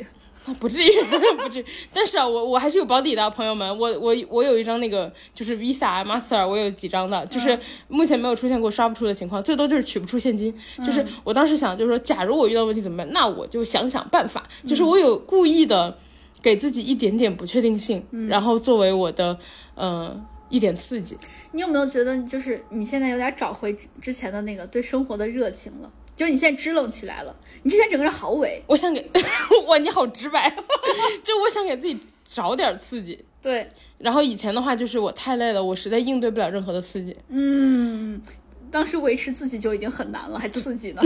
S1: 不至于， 不至于。但是啊，我我还是有保底的，朋友们。我我我有一张那个就是 Visa、Master，我有几张的，就是目前没有出现过刷不出的情况，最多就是取不出现金。就是我当时想，就是说，假如我遇到问题怎么办？那我就想想办法。就是我有故意的给自己一点点不确定性，然后作为我的呃一点刺激。
S2: 你有没有觉得就是你现在有点找回之之前的那个对生活的热情了？就是你现在支棱起来了，你之前整个人好伪。
S1: 我想给 哇，你好直白， 就我想给自己找点刺激。
S2: 对，
S1: 然后以前的话就是我太累了，我实在应对不了任何的刺激。
S2: 嗯，当时维持自己就已经很难了，还刺激呢。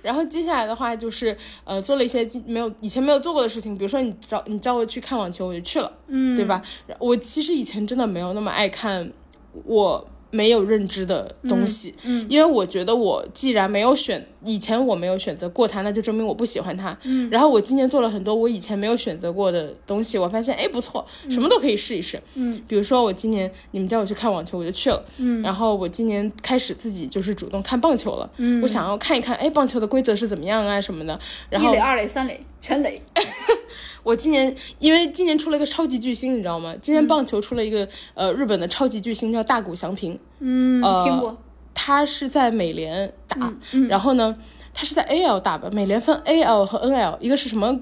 S1: 然后接下来的话就是，呃，做了一些今没有以前没有做过的事情，比如说你找你叫我去看网球，我就去了，
S2: 嗯，
S1: 对吧？我其实以前真的没有那么爱看我没有认知的东西，
S2: 嗯
S1: 因为我觉得我既然没有选，以前我没有选择过它，那就证明我不喜欢它。
S2: 嗯，
S1: 然后我今年做了很多我以前没有选择过的东西，我发现哎不错，什么都可以试一试。
S2: 嗯
S1: 比如说我今年你们叫我去看网球，我就去了。
S2: 嗯
S1: 然后我今年开始自己就是主动看棒球了。
S2: 嗯，
S1: 我想要看一看，哎，棒球的规则是怎么样啊什么的。然
S2: 一
S1: 后
S2: 垒、二垒、三垒全垒。
S1: 我今年，因为今年出了一个超级巨星，你知道吗？今年棒球出了一个、呃日本的超级巨星叫大谷翔平，
S2: 嗯，
S1: 呃
S2: 听过。
S1: 他是在美联打，
S2: 嗯嗯
S1: 然后呢，他是在 AL 打吧？美联分 AL 和 NL，一个是什么？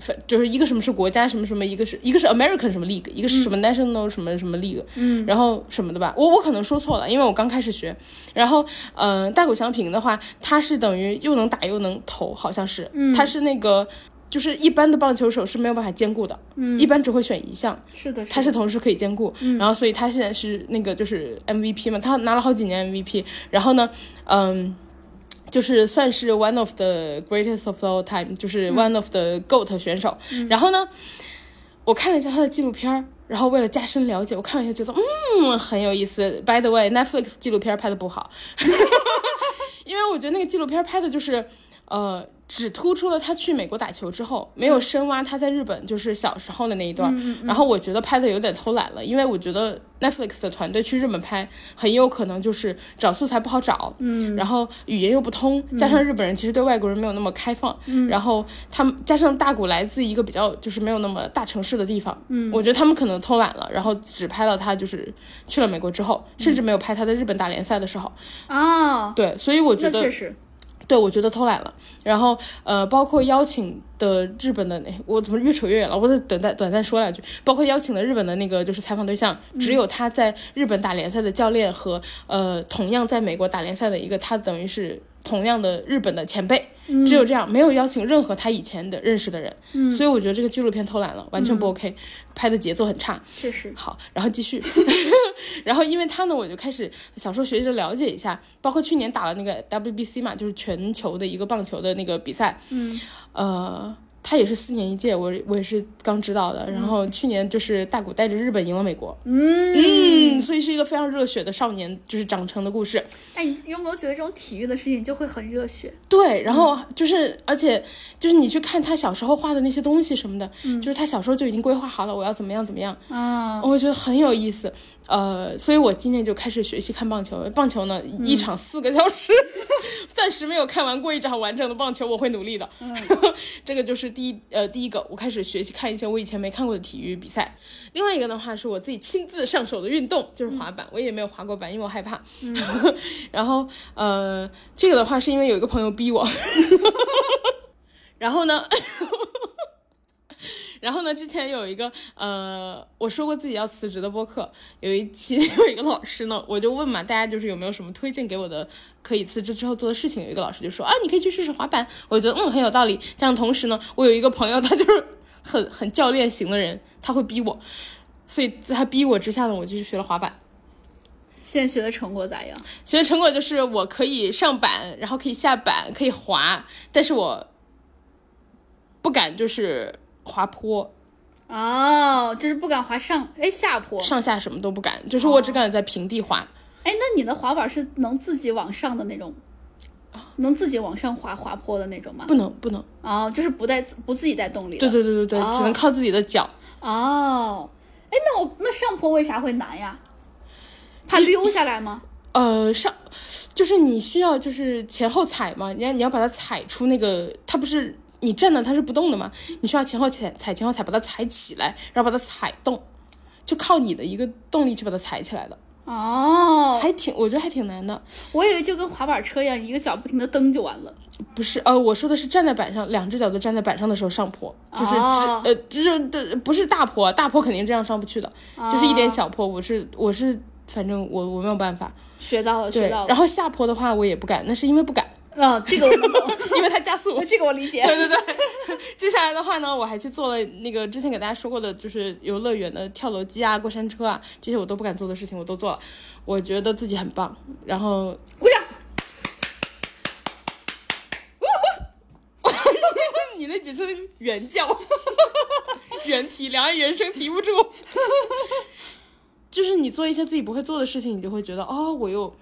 S1: 反就是一个什么是国家什么什么，一个是一个是 American 什么 league，一个是什么 National 什么什么 league，
S2: 嗯，
S1: 然后什么的吧，我我可能说错了，因为我刚开始学。然后，呃，大谷翔平的话，他是等于又能打又能投，好像是，
S2: 嗯
S1: 他是那个。就是一般的棒球手是没有办法兼顾的，嗯，一般只会选一项，
S2: 是的，
S1: 他是同时可以兼顾，然后所以他现在是那个就是 MVP 嘛，他拿了好几年 MVP，然后呢，嗯。就是算是 one of the greatest of all time，就是 one of the goat 选手。然后呢，我看了一下他的纪录片儿，然后为了加深了解，我看了一下，觉得嗯很有意思。By the way，Netflix 纪录片拍的不好， 因为我觉得那个纪录片拍的就是呃。只突出了他去美国打球之后，没有深挖他在日本就是小时候的那一段。然后我觉得拍的有点偷懒了，因为我觉得 Netflix 的团队去日本拍，很有可能就是找素材不好找，嗯，然后语言又不通，加上日本人其实对外国人没有那么开放，嗯，然后他们加上大谷来自一个比较就是没有那么大城市的地方，嗯，我觉得他们可能偷懒了，然后只拍到他就是去了美国之后，甚至没有拍他在日本打联赛的时候。
S2: 啊，
S1: 对，所以我觉
S2: 那
S1: 得
S2: 确实，
S1: 对，我觉得偷懒了。然后呃，包括邀请的日本的，哎我怎么越扯越远了？我再短暂短暂说两句。包括邀请的日本的那个就是采访对象，只有他在日本打联赛的教练和呃同样在美国打联赛的一个，他等于是同样的日本的前辈，
S2: 嗯
S1: 只有这样，没有邀请任何他以前的认识的人。所以我觉得这个纪录片偷懒了，完全不 OK，、拍的节奏很差。
S2: 确实，
S1: 好，然后继续， 然后因为他呢，我就开始想说学着了解一下，包括去年打了那个 WBC 嘛，就是全球的一个棒球的那个比赛，
S2: 嗯，
S1: 呃，他也是四年一届，我我也是刚知道的。然后去年就是大谷带着日本赢了美国，嗯，所以是一个非常热血的少年就是长成的故事。
S2: 哎，你有没有觉得这种体育的事情就会很热血？
S1: 对，然后就是，而且就是你去看他小时候画的那些东西什么的，就是他小时候就已经规划好了，我要怎么样怎么样，
S2: 啊，
S1: 我觉得很有意思。呃，所以我今年就开始学习看棒球。棒球呢，一场四个小时，暂时没有看完过一场完整的棒球，我会努力的。 这个就是第一呃第一个，我开始学习看一些我以前没看过的体育比赛。另外一个的话是我自己亲自上手的运动，就是滑板，我也没有滑过板，因为我害怕。 然后呃，这个的话是因为有一个朋友逼我。 然后呢，然后呢，之前有一个呃，我说过自己要辞职的播客，有一期 有一个老师呢，我就问嘛，大家就是有没有什么推荐给我的可以辞职之后做的事情？有一个老师就说啊，你可以去试试滑板，我觉得嗯很有道理。这样同时呢，我有一个朋友，他就是很很教练型的人，他会逼我，所以在他逼我之下呢，我就去学了滑板。
S2: 现在学的成果咋样？
S1: 学的成果就是我可以上板，然后可以下板，可以滑，但是我不敢就是滑坡，
S2: 哦，就是不敢滑上哎下坡。
S1: 上下什么都不敢，就是我只敢在平地滑。
S2: 哎，那你的滑板是能自己往上的那种，
S1: 哦
S2: 能自己往上滑滑坡的那种吗？
S1: 不能不能，
S2: 哦，就是不带自不自己带动力的。
S1: 对对对对对，
S2: 哦
S1: 只能靠自己的脚。
S2: 哦，哎，那我那上坡为啥会难呀？怕溜下来吗？
S1: 呃，上就是你需要就是前后踩嘛，你要你要把它踩出那个，它不是你站那它是不动的嘛，你需要前后踩踩前后踩把它踩起来，然后把它踩动，就靠你的一个动力去把它踩起来的，
S2: 哦，
S1: 还挺我觉得还挺难的。
S2: 我以为就跟滑板车一样，一个脚不停的蹬就完了。
S1: 不是，呃，我说的是站在板上，两只脚都站在板上的时候上坡，就是只、
S2: 哦
S1: 呃，就是对不是大坡，大坡肯定这样上不去的，
S2: 哦
S1: 就是一点小坡，我是我是反正我我没有办法。
S2: 学到了，
S1: 对，
S2: 学到了。
S1: 然后下坡的话我也不敢，那是因为不敢，
S2: 啊、这个我能懂，
S1: 因为它加速。
S2: 这个我理解。
S1: 对对对。接下来的话呢，我还去做了那个之前给大家说过的，就是游乐园的跳楼机啊、过山车啊，这些我都不敢做的事情我都做了，我觉得自己很棒。然后
S2: 鼓掌。
S1: 你那几声猿叫，猿啼，两岸猿声啼不住。 就是你做一些自己不会做的事情，你就会觉得哦，我又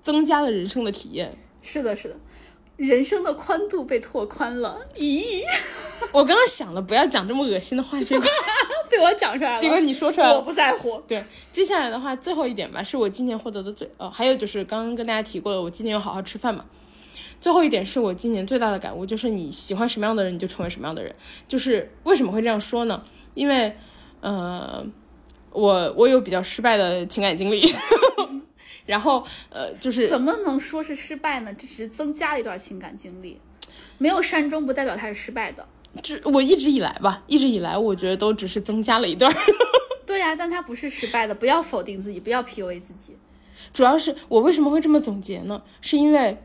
S1: 增加了人生的体验。
S2: 是的，是的，人生的宽度被拓宽了。咦，
S1: 我刚刚想了不要讲这么恶心的话，结 果
S2: 被我讲出来了。
S1: 结果你说出来了
S2: 我不在乎。
S1: 对，接下来的话，最后一点吧，是我今年获得的最呃，还有就是刚刚跟大家提过了，我今年有好好吃饭嘛。最后一点是我今年最大的感悟，就是你喜欢什么样的人，你就成为什么样的人。就是为什么会这样说呢？因为，呃，我我有比较失败的情感经历， 然后呃，就是
S2: 怎么能说是失败呢？只是增加了一段情感经历，没有善终不代表它是失败的。
S1: 就我一直以来吧，一直以来我觉得都只是增加了一段儿，
S2: 对呀、但它不是失败的，不要否定自己，不要 PUA 自己。
S1: 主要是我为什么会这么总结呢？是因为，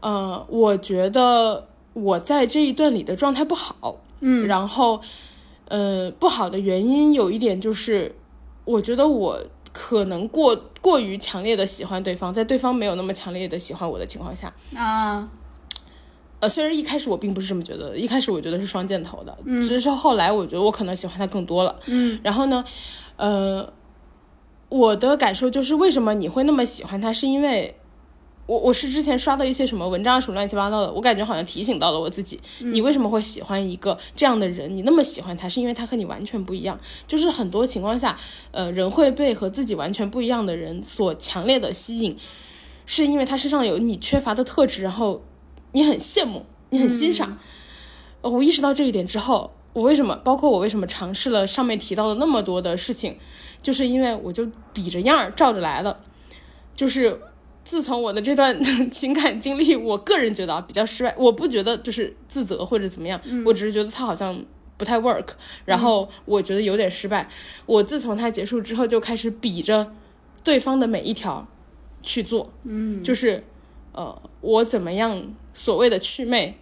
S1: 呃，我觉得我在这一段里的状态不好，嗯，然后，呃，不好的原因有一点就是，我觉得我可能过过于强烈的喜欢对方，在对方没有那么强烈的喜欢我的情况下，
S2: 啊，
S1: 呃，虽然一开始我并不是这么觉得的，一开始我觉得是双箭头的，嗯，只是说后来我觉得我可能喜欢他更多了，嗯，然后呢，呃，我的感受就是为什么你会那么喜欢他，是因为我我是之前刷到一些什么文章啊什么乱七八糟的，我感觉好像提醒到了我自己，你为什么会喜欢一个这样的人？你那么喜欢他，是因为他和你完全不一样。就是很多情况下，呃，人会被和自己完全不一样的人所强烈的吸引，是因为他身上有你缺乏的特质，然后你很羡慕，你很欣赏。呃我意识到这一点之后，我为什么，包括我为什么尝试了上面提到的那么多的事情，就是因为我就比着样儿照着来的，就是。自从我的这段情感经历，我个人觉得啊比较失败，我不觉得就是自责或者怎么样，我只是觉得它好像不太 work，然后我觉得有点失败。我自从它结束之后，就开始比着对方的每一条去做，嗯，就是呃，我怎么样所谓的祛魅，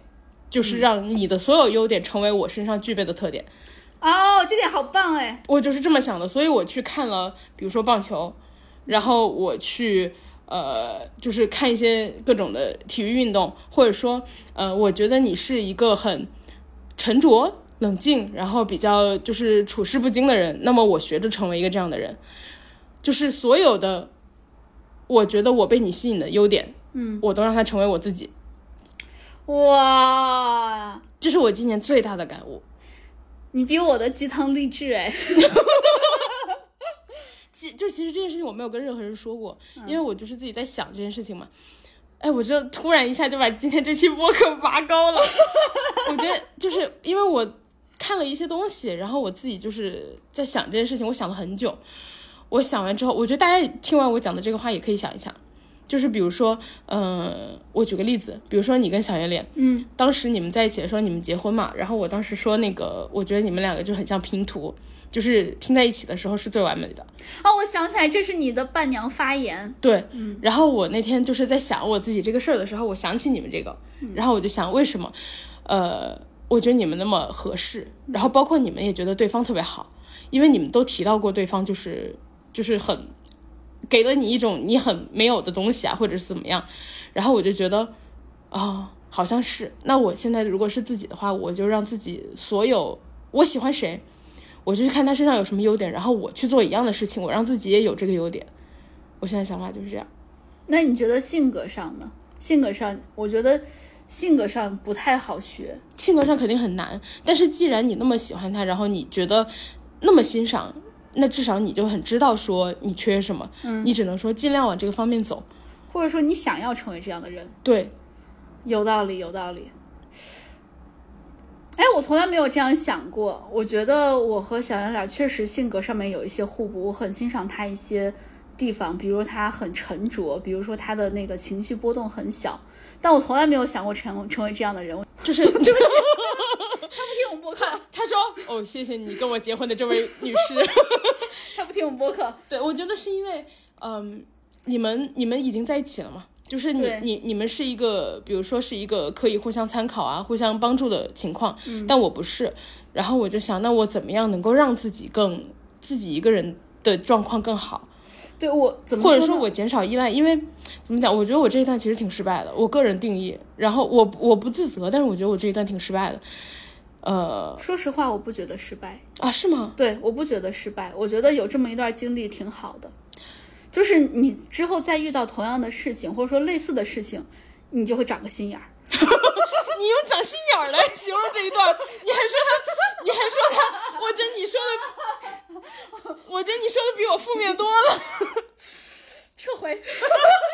S1: 就是让你的所有优点成为我身上具备的特点。
S2: 哦，这点好棒哎，
S1: 我就是这么想的，所以我去看了，比如说棒球，然后我去呃，就是看一些各种的体育运动，或者说呃，我觉得你是一个很沉着、冷静，然后比较就是处事不惊的人，那么我学着成为一个这样的人，就是所有的我觉得我被你吸引的优点，嗯，我都让它成为我自己，
S2: 哇，
S1: 这是我今年最大的感悟。
S2: 你比我的鸡汤励志哎，
S1: 其就其实这件事情我没有跟任何人说过，因为我就是自己在想这件事情嘛。哎，我这突然一下就把今天这期播客拔高了。我觉得就是因为我看了一些东西，然后我自己就是在想这件事情，我想了很久。我想完之后，我觉得大家听完我讲的这个话也可以想一想，就是比如说，嗯、我举个例子，比如说你跟小圆脸，
S2: 嗯，
S1: 当时你们在一起的时候，你们结婚嘛，然后我当时说那个，我觉得你们两个就很像拼图，就是拼在一起的时候是最完美的。
S2: 哦，我想起来，这是你的伴娘发言，
S1: 对，然后我那天就是在想我自己这个事儿的时候，我想起你们这个，然后我就想为什么，呃，我觉得你们那么合适，然后包括你们也觉得对方特别好，因为你们都提到过对方就是就是很给了你一种你很没有的东西啊，或者是怎么样，然后我就觉得，哦，好像是。那我现在如果是自己的话，我就让自己所有我喜欢谁，我就去看他身上有什么优点，然后我去做一样的事情，我让自己也有这个优点。我现在想法就是这样。
S2: 那你觉得性格上呢？性格上，我觉得性格上不太好学，
S1: 性格上肯定很难，但是既然你那么喜欢他，然后你觉得那么欣赏，那至少你就很知道说你缺什么，你只能说尽量往这个方面走。
S2: 或者说你想要成为这样的人，
S1: 对，
S2: 有道理，有道理。哎，我从来没有这样想过。我觉得我和小圆脸确实性格上面有一些互补，我很欣赏他一些地方，比如他很沉着，比如说他的那个情绪波动很小。但我从来没有想过成成为这样的人。我
S1: 就是 对不起，
S2: 他不听我们播客，
S1: 他说哦，谢谢你跟我结婚的这位女士。
S2: 他不听我们播客。
S1: 对，我觉得是因为，嗯，你们你们已经在一起了嘛，就是你
S2: 对
S1: 你你们是一个，比如说是一个可以互相参考啊、互相帮助的情况，但我不是，然后我就想，那我怎么样能够让自己更自己一个人的状况更好，
S2: 对我怎么
S1: 或者
S2: 说
S1: 说
S2: 呢
S1: 我减少依赖，因为怎么讲，我觉得我这一段其实挺失败的，我个人定义，然后我我不自责，但是我觉得我这一段挺失败的，呃
S2: 说实话，我不觉得失败。
S1: 啊是吗？
S2: 对，我不觉得失败，我觉得有这么一段经历挺好的，就是你之后再遇到同样的事情，或者说类似的事情，你就会长个心眼儿。
S1: 你用长心眼儿来 形容这一段，你还说他，你还说他，我觉得你说的，我觉得你说的比我负面多了。
S2: 撤回，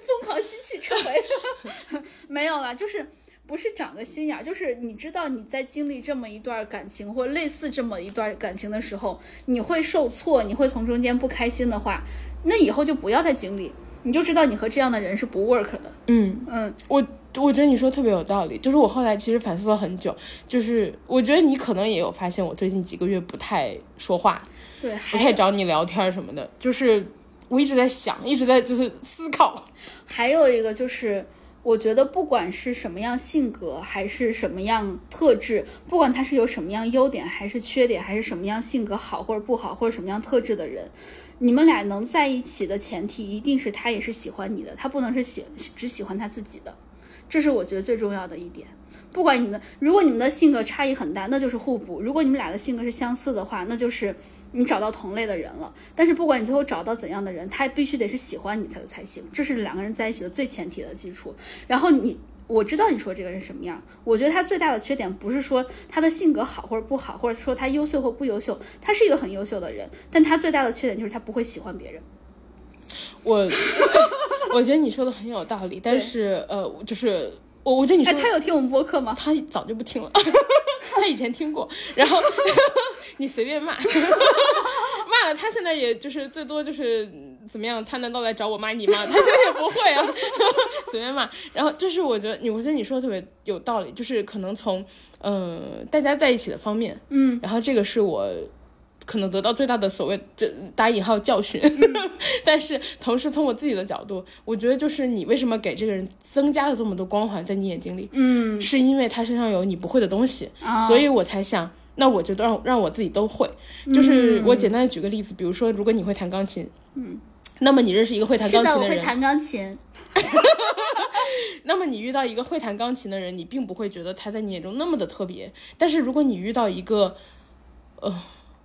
S2: 疯狂吸气，撤回， 没有啦，就是不是长个心眼儿，就是你知道你在经历这么一段感情或类似这么一段感情的时候，你会受挫，你会从中间不开心的话，那以后就不要再经历，你就知道你和这样的人是不 work 的。
S1: 嗯，
S2: 嗯，
S1: 我我觉得你说得特别有道理，就是我后来其实反思了很久，就是我觉得你可能也有发现，我最近几个月不太说话，
S2: 对，
S1: 不
S2: 还
S1: 太
S2: 有
S1: 找你聊天什么的，就是我一直在想，一直在就是思考。
S2: 还有一个就是，我觉得不管是什么样性格，还是什么样特质，不管他是有什么样优点，还是缺点，还是什么样性格好或者不好，或者什么样特质的人，你们俩能在一起的前提，一定是他也是喜欢你的，他不能是喜只喜欢他自己的，这是我觉得最重要的一点。不管你们的，如果你们的性格差异很大，那就是互补；如果你们俩的性格是相似的话，那就是你找到同类的人了。但是不管你最后找到怎样的人，他必须得是喜欢你才才行，这是两个人在一起的最前提的基础。然后你，我知道你说这个人什么样，我觉得他最大的缺点不是说他的性格好或者不好，或者说他优秀或不优秀，他是一个很优秀的人，但他最大的缺点就是他不会喜欢别人。
S1: 我 我觉得你说的很有道理，但是呃，就是我我觉得你说
S2: 哎，
S1: 的
S2: 他有听我们播客吗？
S1: 他早就不听了，他以前听过，然后 你随便骂，骂了他现在也就是最多就是嗯怎么样，他难道来找我骂你吗？他现在也不会啊， 随便骂。然后就是我觉得你，我觉得你说的特别有道理，就是可能从嗯、呃大家在一起的方面，嗯，然后这个是我。可能得到最大的所谓这打引号教训， 但是同时从我自己的角度，我觉得就是你为什么给这个人增加了这么多光环在你眼睛里，
S2: 嗯，
S1: 是因为他身上有你不会的东西，
S2: 啊
S1: 所以我才想，那我就让让我自己都会。
S2: 嗯
S1: 就是我简单的举个例子，比如说，如果你会弹钢琴，嗯，那么你认识一个会弹
S2: 是
S1: 钢
S2: 的，
S1: 琴
S2: 我
S1: 的
S2: 会
S1: 人，
S2: 弹钢琴。
S1: 那么你遇到一个会弹钢琴的人，你并不会觉得他在你眼中那么的特别。但是如果你遇到一个，呃。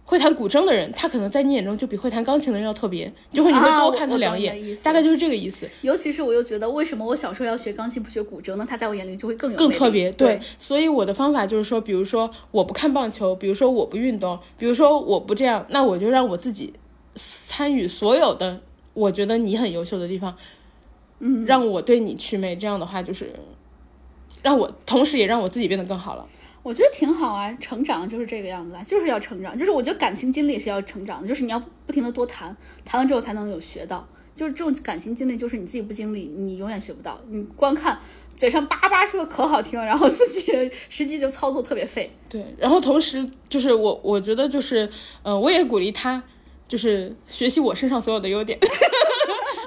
S1: 会弹古筝的人，他可能在你眼中就比会弹钢琴的人要特别，就会你会
S2: 啊
S1: 多
S2: 我
S1: 看他
S2: 我
S1: 两
S2: 懂你
S1: 眼，
S2: 的意思
S1: 大概就是这个意思。
S2: 尤其是我又觉得，为什么我小时候要学钢琴不学古筝呢？它在我眼里就会更有
S1: 更
S2: 魅力
S1: 特别。
S2: 对，
S1: 所以我的方法就是说，比如说我不看棒球，比如说我不运动，比如说我不这样，那我就让我自己参与所有的我觉得你很优秀的地方，嗯，让我对你祛魅。这样的话就是让我，同时也让我自己变得更好了。
S2: 我觉得挺好啊。成长就是这个样子啊，就是要成长，就是我觉得感情经历也是要成长的，就是你要不停的多谈，谈了之后才能有学到。就是这种感情经历，就是你自己不经历，你永远学不到。你光看嘴上叭叭说的可好听了，然后自己实际就操作特别废。
S1: 对，然后同时就是我，我觉得就是，呃，我也鼓励他，就是学习我身上所有的优点。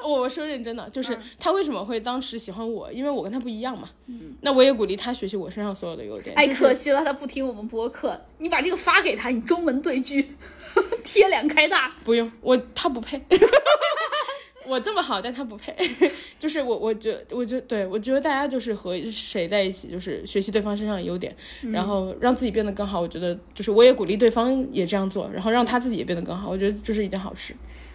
S1: 我我说认真的，就是他为什么会当时喜欢我，因为我跟他不一样嘛。嗯，那我也鼓励他学习我身上所有的优点。
S2: 哎，
S1: 就是
S2: 可惜了，他不听我们播客。你把这个发给他，你中文对句， 贴脸开大。
S1: 不用我，他不配。 我这么好，但他不配。 就是我，我觉，我觉，对我觉得大家就是和谁在一起，就是学习对方身上的优点，然后让自己变得更好。我觉得就是我也鼓励对方也这样做，然后让他自己也变得更好。我觉得这是一件好事。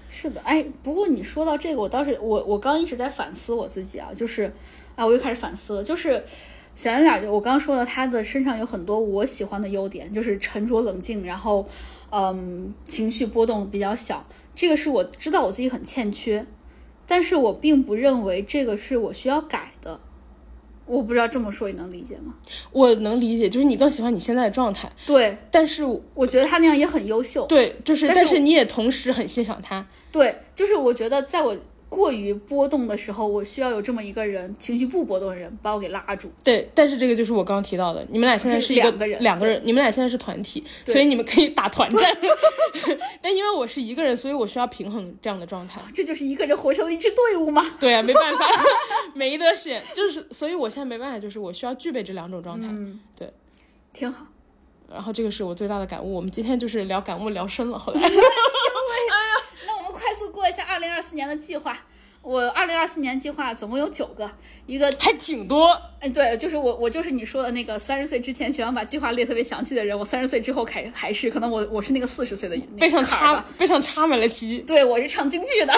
S2: 是的，哎，不过你说到这个，我倒是我我刚一直在反思我自己啊，就是啊，我又开始反思了，就是小圆脸儿，我刚刚说了，她的身上有很多我喜欢的优点，就是沉着冷静，然后嗯，情绪波动比较小，这个是我知道我自己很欠缺，但是我并不认为这个是我需要改的。我不知道这么说你能理解吗？
S1: 我能理解，就是你更喜欢你现在的状态，
S2: 对，
S1: 但是我
S2: 我觉得他那样也很优秀。
S1: 对，就是
S2: 但
S1: 但
S2: 是
S1: 是你也同时很欣赏他，
S2: 对，就是我觉得在我过于波动的时候，我需要有这么一个人，情绪不波动的人把我给拉住。
S1: 对，但是这个就是我刚刚提到的，你们俩现在是一个
S2: 是两个人
S1: 两个人，你们俩现在是团体，所以你们可以打团战。 但因为我是一个人，所以我需要平衡这样的状态。
S2: 这就是一个人活成了一支队伍吗？嗯
S1: 对啊，没办法， 没得选，就是所以我现在没办法，就是我需要具备这两种状态。
S2: 嗯
S1: 嗯对。
S2: 挺好。
S1: 然后这个是我最大的感悟。我们今天就是聊感悟聊深了，后 来
S2: 那我们快速过一下二零二四年的计划。我二零二四年计划总共有九个，一个
S1: 还挺多。
S2: 哎，对，就是我，我就是你说的那个三十岁之前喜欢把计划列特别详细的人，我三十岁之后还还是可能我我是那个四十岁的那
S1: 背上
S2: 个坎儿
S1: 插
S2: 吧。
S1: 背上插满了旗，
S2: 对，我是唱京剧的。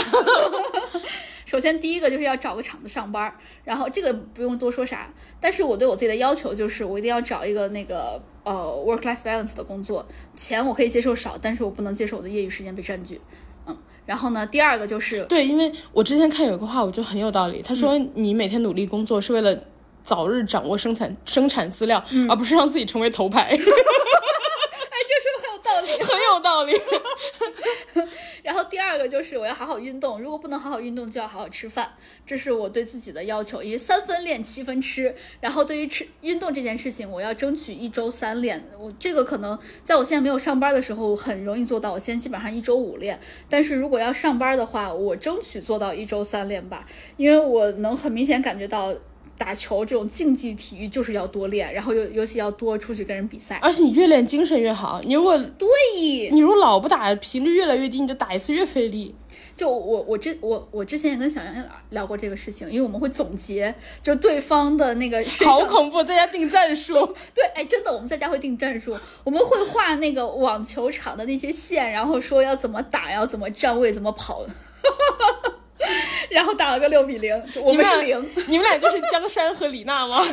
S2: 首先，第一个就是要找个厂子上班儿，然后这个不用多说啥。但是我对我自己的要求就是，我一定要找一个那个呃 work life balance 的工作，钱我可以接受少，但是我不能接受我的业余时间被占据。嗯，然后呢，第二个就是
S1: 对，因为我之前看有一个话，我觉得很有道理。他说，你每天努力工作是为了早日掌握生产生产资料，而不是让自己成为头牌，
S2: 这说得很有道理。
S1: 很有道理。
S2: 然后第二个就是我要好好运动，如果不能好好运动，就要好好吃饭，这是我对自己的要求。因为三分练，七分吃。然后对于吃运动这件事情，我要争取一周三练。我这个可能在我现在没有上班的时候很容易做到，我现在基本上一周五练。但是如果要上班的话，我争取做到一周三练吧，因为我能很明显感觉到。打球这种竞技体育就是要多练，然后尤尤其要多出去跟人比 赛。
S1: 而且你越练精神越好。你如果
S2: 对，
S1: 你如果老不打，频率越来越低，你就打一次越费力。
S2: 就我我之我我之前也跟小杨聊过这个事情，因为我们会总结，就对方的那个身
S1: 好
S2: 上
S1: 恐怖，在家定战术。
S2: 对，哎，真的，我们在家会定战术，我们会画那个网球场的那些线，然后说要怎么打，要怎么站位，怎么跑， 然后打了个六比零，就我
S1: 你
S2: 们
S1: 们
S2: 是
S1: 俩
S2: 零，，
S1: 你们俩就是江山和李娜吗？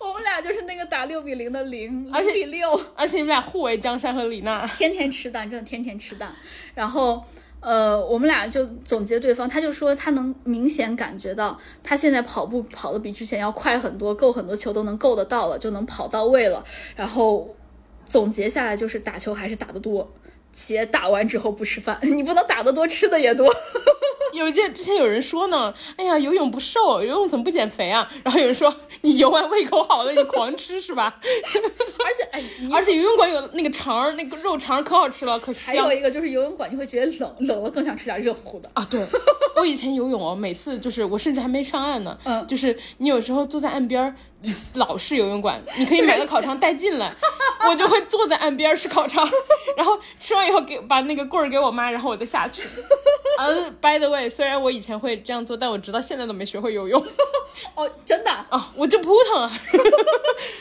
S2: 我们俩就是那个打六比零的零，
S1: 而
S2: 零
S1: 且
S2: 比六，
S1: 而且你们俩互为江山和李娜。
S2: 天天吃蛋，真的天天吃蛋，然后。呃，我们俩就总结对方，他就说他能明显感觉到他现在跑步跑得比之前要快很多，够很多球都能够得到了，就能跑到位了。然后总结下来就是打球还是打得多，且打完之后不吃饭， 你不能打得多吃的也多。
S1: 有一件之前有人说呢，哎呀，游泳不瘦，游泳怎么不减肥啊？然后有人说，你游完胃口好了，你狂吃是吧？
S2: 而且 哎，你
S1: 而且游泳馆有那个肠儿，那个肉肠儿可好吃了，可
S2: 还
S1: 香
S2: 有一个就是游泳馆，你会觉得冷，冷了更想吃点热乎的。
S1: 啊！对，我以前游泳哦，每次就是我甚至还没上岸呢，
S2: 嗯
S1: 就是你有时候坐在岸边儿，你老式游泳馆，你可以买个烤肠带进来，我就会坐在岸边儿吃烤 肠，然后吃完以后给把那个棍儿给我妈，然后我再下去。 呃、b y the way，虽然我以前会这样做，但我直到现在都没学会游泳
S2: 哦，真的
S1: 啊，我就扑腾啊。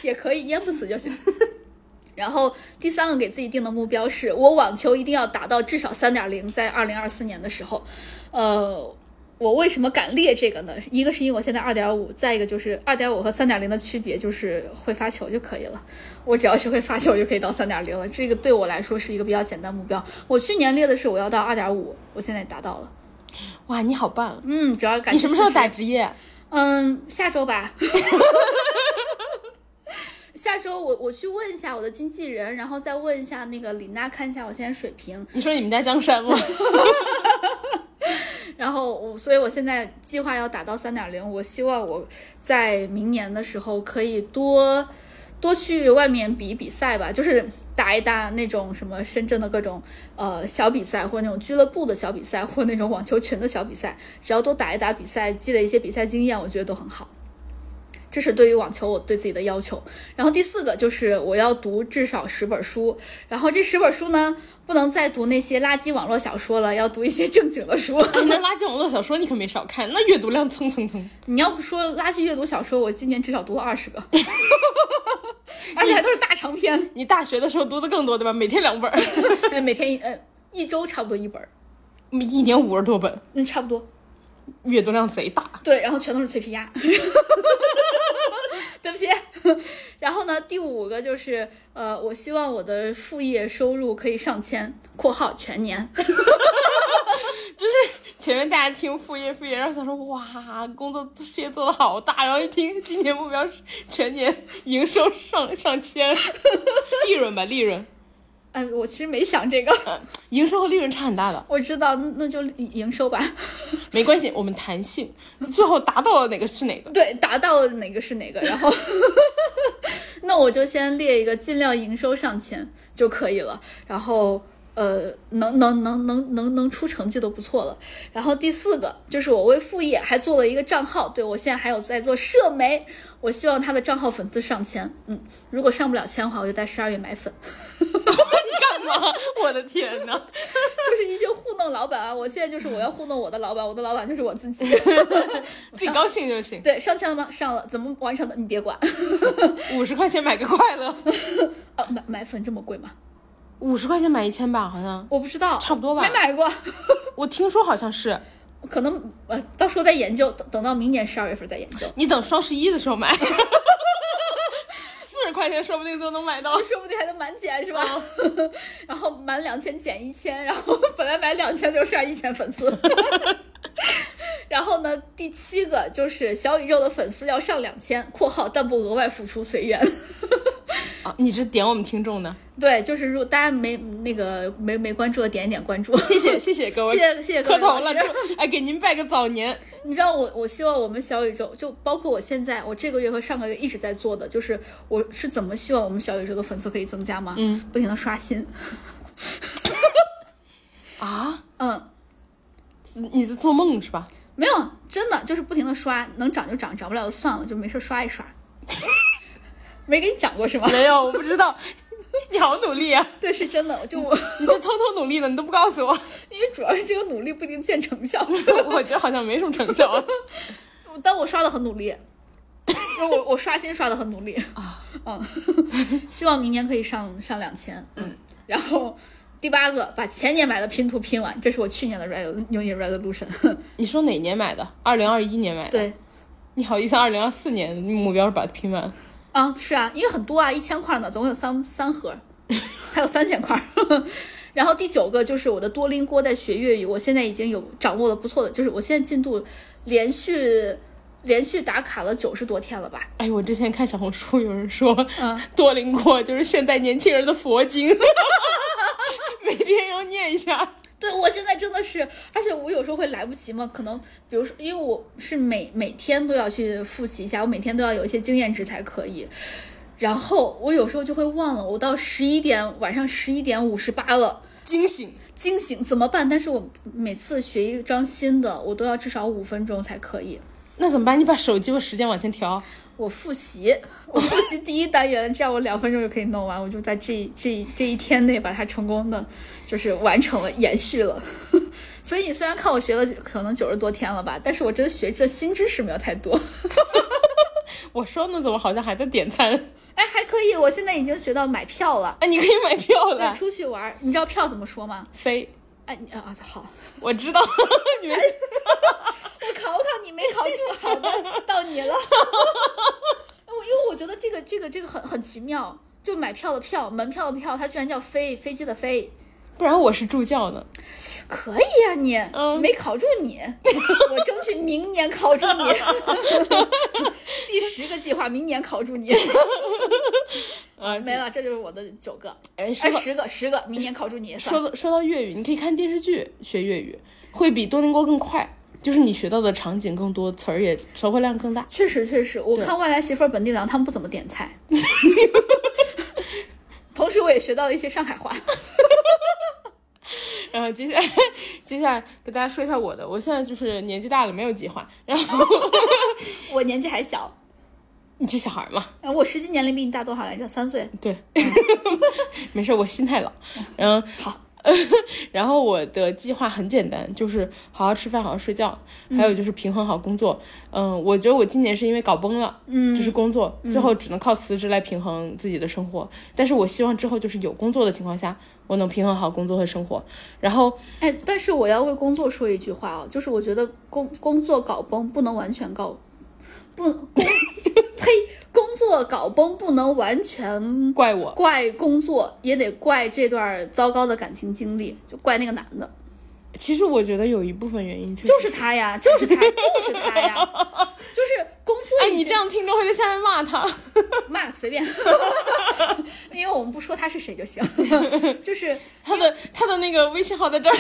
S2: 也可以，淹不死就行。然后第三个给自己定的目标是我网球一定要达到至少三点零，在二零二四年的时候，呃，我为什么敢列这个呢？一个是因为我现在二点五，再一个就是二点五和三点零的区别就是会发球就可以了，我只要学会发球就可以到三点零了。这个对我来说是一个比较简单目标。我去年列的是我要到二点五，我现在达到了。
S1: 哇，你好棒！
S2: 嗯，只要感
S1: 你
S2: 谢
S1: 什么时候
S2: 此时
S1: 打职业？啊
S2: 嗯，下周吧。 下周我我去问一下我的经纪人，然后再问一下那个李娜，看一下我现在水平。
S1: 你说你们家江山吗？
S2: 然后我，所以我现在计划要打到三点零，我希望我在明年的时候可以多多去外面比比赛吧，就是打一打那种什么深圳的各种呃小比赛，或者那种俱乐部的小比赛，或者那种网球群的小比赛，只要多打一打比赛，积累一些比赛经验，我觉得都很好。这是对于网球我对自己的要求。然后第四个就是我要读至少十本书，然后这十本书呢，不能再读那些垃圾网络小说了，要读一些正经的书。
S1: 哎那垃圾网络小说你可没少看，那阅读量蹭蹭蹭。
S2: 你要不说垃圾阅读小说，我今年至少读了二十个，而且还都是大长篇，
S1: 你大学的时候读的更多对吧？每天两本儿，
S2: 哎，每天一呃一周差不多一本儿，
S1: 一年五十多本，
S2: 嗯，差不多。
S1: 阅读量贼大。
S2: 对，然后全都是脆皮鸭。 对不起，然后呢，第五个就是，呃，我希望我的副业收入可以上千（括号全年）。
S1: 就是前面大家听副业副业，然后想说哇，工作事业做的好大，然后一听今年目标是全年营收上上千， 利润吧利润，
S2: 哎，我其实没想这个，
S1: 营收和利润差很大的，
S2: 我知道，那那就营收吧。
S1: 没关系，我们弹性，最后达到了哪个是哪个。
S2: 对，达到哪个是哪个，然后， 那我就先列一个尽量营收上千就可以了，然后。呃，能能能能能能出成绩都不错了。然后第四个就是我为副业还做了一个账号，对我现在还有在做社媒，我希望他的账号粉丝上千。嗯，如果上不了千的话，我就在十二月买粉。
S1: 干嘛？我的天哪！
S2: 就是一些糊弄老板啊，我现在就是我要糊弄我的老板，我的老板就是我自己。
S1: 自己高兴就行，
S2: 对，上千了吗？上了，怎么完成的？你别管。
S1: 五十块钱买个快乐，
S2: 呃、买买粉这么贵吗？
S1: 五十块钱买一千吧，好像
S2: 我不知道，
S1: 差不多吧
S2: 没。买过，
S1: 我听说好像是，
S2: 可能呃，到时候再研究，等等到明年十二月份再研究，
S1: 你等双十一的时候买， 四十块钱说不定都能买到。
S2: 说不定还能满减是吧？ 然后满两千减一千，然后 本来买两千就剩一千粉丝。 然后呢，第七个就是小宇宙的粉丝要上两千（括号但不额外付出，随缘
S1: 啊，你这点我们听众呢？）。
S2: 对，就是如果大家没那个没没关注的，点一点关注。
S1: 谢谢谢谢各位，
S2: 谢谢谢谢各
S1: 磕
S2: 位
S1: 头
S2: 老
S1: 了，
S2: 师。
S1: 祝哎给您拜个早年。
S2: 你知道我，我希望我们小宇宙，就包括我现在，我这个月和上个月一直在做的，就是我是怎么希望我们小宇宙的粉丝可以增加吗？嗯，不停的刷新。
S1: 啊，
S2: 嗯，
S1: 你在做梦是吧？
S2: 没有，真的就是不停的刷，能涨就涨，涨不了就算了，就没事刷一 刷。没给你讲过是吗？
S1: 没有，我不知道。 你好努力啊！
S2: 对，是真的，就我，
S1: 你在偷偷努力呢，你都不告诉我。
S2: 因为主要是这个努力不一定见成效，
S1: 我觉得好像没什么成效啊。
S2: 但我刷的很努力，就是我我刷新刷的很努力啊， 嗯，希望明年可以上上两千，嗯，然后。第八个，把前年买的拼图拼完，这是我去年的 red New Year resolution。
S1: 你说哪年买的？二零二一年买的。
S2: 对，
S1: 你好意思？二零二四年目标是把它拼完。
S2: 啊，是啊，因为很多啊，一千块呢，总有三三盒，还有三千块。 然后第九个就是我的多邻国在学粤语，我现在已经有掌握了不错的，就是我现在进度连续。连续打卡了九十多天了吧？
S1: 哎，我之前看小红书有人说，嗯， 多邻国就是现代年轻人的佛经， 每天要念一下。
S2: 对，我现在真的是，而且我有时候会来不及嘛，可能比如说，因为我是每每天都要去复习一下，我每天都要有一些经验值才可以。然后我有时候就会忘了，我到十一点晚上十一点五十八了，
S1: 惊醒。
S2: 惊醒怎么办？但是我每次学一张新的，我都要至少五分钟才可以。
S1: 那怎么办？你把手机的时间往前调。
S2: 我复习，我复习第一单元，这样我两分钟就可以弄完。我就在这这这一天内把它成功的就是完成了，延续了。 所以你虽然看我学了可能九十多天了吧，但是我真的学这新知识没有太多。
S1: 我说呢，怎么好像还在点餐？
S2: 哎，还可以，我现在已经学到买票了。
S1: 哎，你可以买票了。
S2: 出去玩，你知道票怎么说吗？
S1: 飞。
S2: 哎，你啊，好，
S1: 我知道。 你们。
S2: 我考我考你没考住，好的，到你了。 我因为我觉得这个这个这个很很奇妙，就买票的票，门票的票，它居然叫飞飞机的飞，
S1: 不然我是助教呢。
S2: 可以呀、啊，你、嗯、没考住你，我争取明年考住 你。 第十个计划，明年考住你。
S1: 啊，
S2: 没了，这就是我的九个，
S1: 哎，
S2: 哎十个十个，明年考住你。
S1: 说到说到粤语，你可以看电视剧学粤语，会比多邻国更快。就是你学到的场景更多，词儿也词汇量更大。
S2: 确实，确实，我看外来媳妇儿本地郎他们不怎么点菜。同时，我也学到了一些上海话。
S1: 然后接下来，接下来给大家说一下我的。我现在就是年纪大了，没有计划。然 后
S2: 我年纪还小，
S1: 你这小孩嘛。
S2: 我实际年龄比你大多少来着？三岁。
S1: 对， 没事，我心太 老。嗯，
S2: 好。
S1: 然后我的计划很简单，就是好好吃饭，好好睡觉，
S2: 嗯
S1: 还有就是平衡好工作。嗯、呃，我觉得我今年是因为搞崩了，
S2: 嗯，
S1: 就是工作最后只能靠辞职来平衡自己的生活。但是我希望之后就是有工作的情况下，我能平衡好工作和生活。然后，
S2: 哎，但是我要为工作说一句话哦，就是我觉得工工作搞崩不能完全搞，不工。 呸！工作搞崩不能完全
S1: 怪我，
S2: 怪工作也得怪这段糟糕的感情经历，就怪那个男的。、
S1: 其实我觉得有一部分原因就是
S2: 就是他呀，就是他，就是他呀， 就是工作。
S1: 哎，你这样听众会在下面骂 他，
S2: 骂随 便，因为我们不说他是谁就行。 就是
S1: 他的他的那个微信号在 这儿，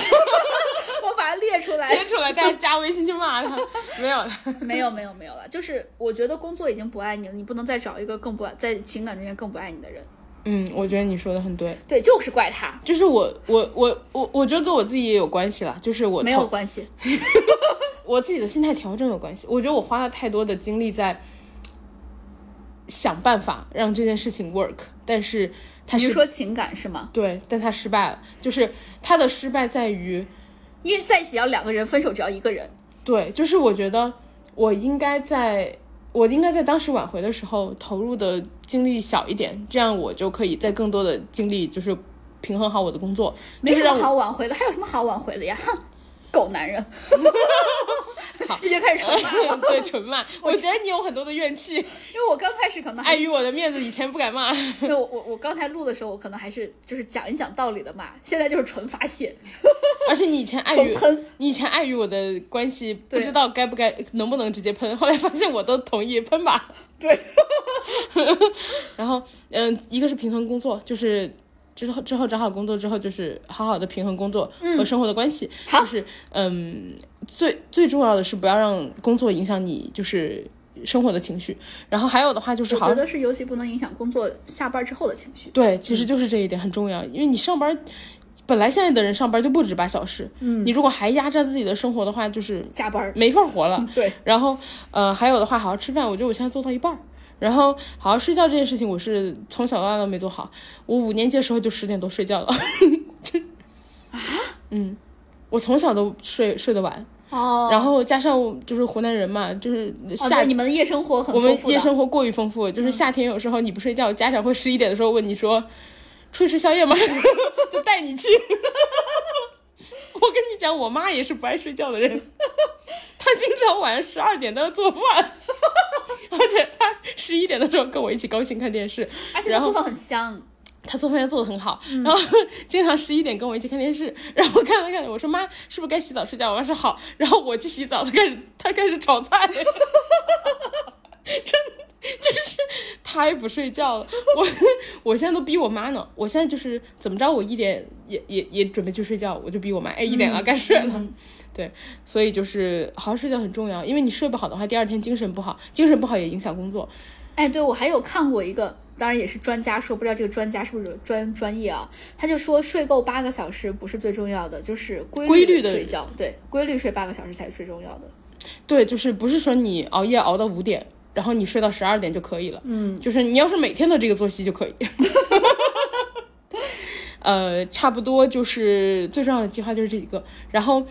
S2: 我把它列出来，
S1: 列出来，大家加微信去骂 他。没有了，
S2: 没有没有没有了，就是我觉得工作已经不爱你了，你不能再找一个更不爱，在情感中间更不爱你的人。
S1: 嗯，我觉得你说的很对，
S2: 对，就是怪他，
S1: 就是我，我，我，我，我觉得跟我自己也有关系了，就是我
S2: 没有关系，
S1: 我自己的心态调整有关系。我觉得我花了太多的精力在想办法让这件事情 work，但是他
S2: 是说情感是吗？
S1: 对，但他失败了，就是他的失败在于，
S2: 因为在一起要两个人，分手只要一个人。
S1: 对，就是我觉得我应该在。我应该在当时挽回的时候投入的精力小一点，这样我就可以在更多的精力就是平衡好我的工作。
S2: 没
S1: 什么
S2: 好挽回的，还有什么好挽回的呀？哼，狗男人，
S1: 好，
S2: 已经开始纯骂 了。
S1: 对，纯骂。我觉得你有很多的怨气，
S2: 因为我刚开始可能
S1: 碍于我的面子，以前不敢骂。
S2: 对，我我我刚才录的时候，我可能还是就是讲一讲道理的骂，现在就是纯发泄。
S1: 而且你以前碍于你以前碍于我的关系，不知道该不该能不能直接喷，后来发现我都同意喷吧。
S2: 对，
S1: 然后嗯、呃，一个是平衡工作，就是之后之后找好工作之后，就是好好的平衡工作和生活的关系，
S2: 嗯、
S1: 就是嗯，最最重要的是不要让工作影响你，就是。生活的情绪。然后还有的话就是
S2: 我
S1: 好
S2: 觉
S1: 像
S2: 得是尤其不能影响工作下班之后的情绪。
S1: 对，其实就是这一点很重要，因为你上班，本来现在的人上班就不止八小时，嗯，你如果还压榨自己的生活的话，就是
S2: 加班儿，嗯
S1: 没法活了。
S2: 对，
S1: 然后，呃，还有的话，好好吃饭，我觉得我现在做到一半儿。然后，好好睡觉这件事情，我是从小到大都没做好。我五年级的时候就十点多睡觉了， 就啊，
S2: 啊
S1: 嗯，我从小都睡睡得晚，
S2: 哦，
S1: 然后加上就是湖南人嘛，就是
S2: 哦，
S1: 夏
S2: 对，你们的夜生活很
S1: 我
S2: 丰
S1: 们
S2: 富
S1: 夜
S2: 的。啊嗯
S1: 生活过于丰富，就是夏天有时候你不睡觉，家长会十一点的时候问你说出去吃宵夜吗？ 就带你去。我跟你讲，我妈也是不爱睡觉的人， 她经常晚上十二点都要做饭， 而且她十一点的时候跟我一起高兴看电视，
S2: 而且
S1: 然
S2: 它
S1: 后
S2: 做饭很香，
S1: 他做饭做的很好，然后 经常十一点跟我一起看电视，然后看着看着，我说妈，是不是该洗澡睡觉？我妈说好，然后我去洗澡，他开始他开始炒菜， 真的就是太不睡觉了。我我现在都逼我妈呢，我现在就是怎么着，我一点也也也准备去睡觉，我就逼我妈，哎，一点了，该睡了。对，所以就是好好睡觉很重要，因为你睡不好的话，第二天精神不好，精神不好也影响工作。
S2: 哎，对我还有看过一个，当然也是专家说，不知道这个专家是不是专专业啊？他就说睡够八个小时不是最重要的，就是规
S1: 规律
S2: 律
S1: 的
S2: 睡觉，对，规律睡八个小时才是最重要的。
S1: 对，就是不是说你熬夜熬到五点，然后你睡到十二点就可以了。嗯，就是你要是每天都这个作息就可以。 呃，差不多就是最重要的计划就是这几个。然后，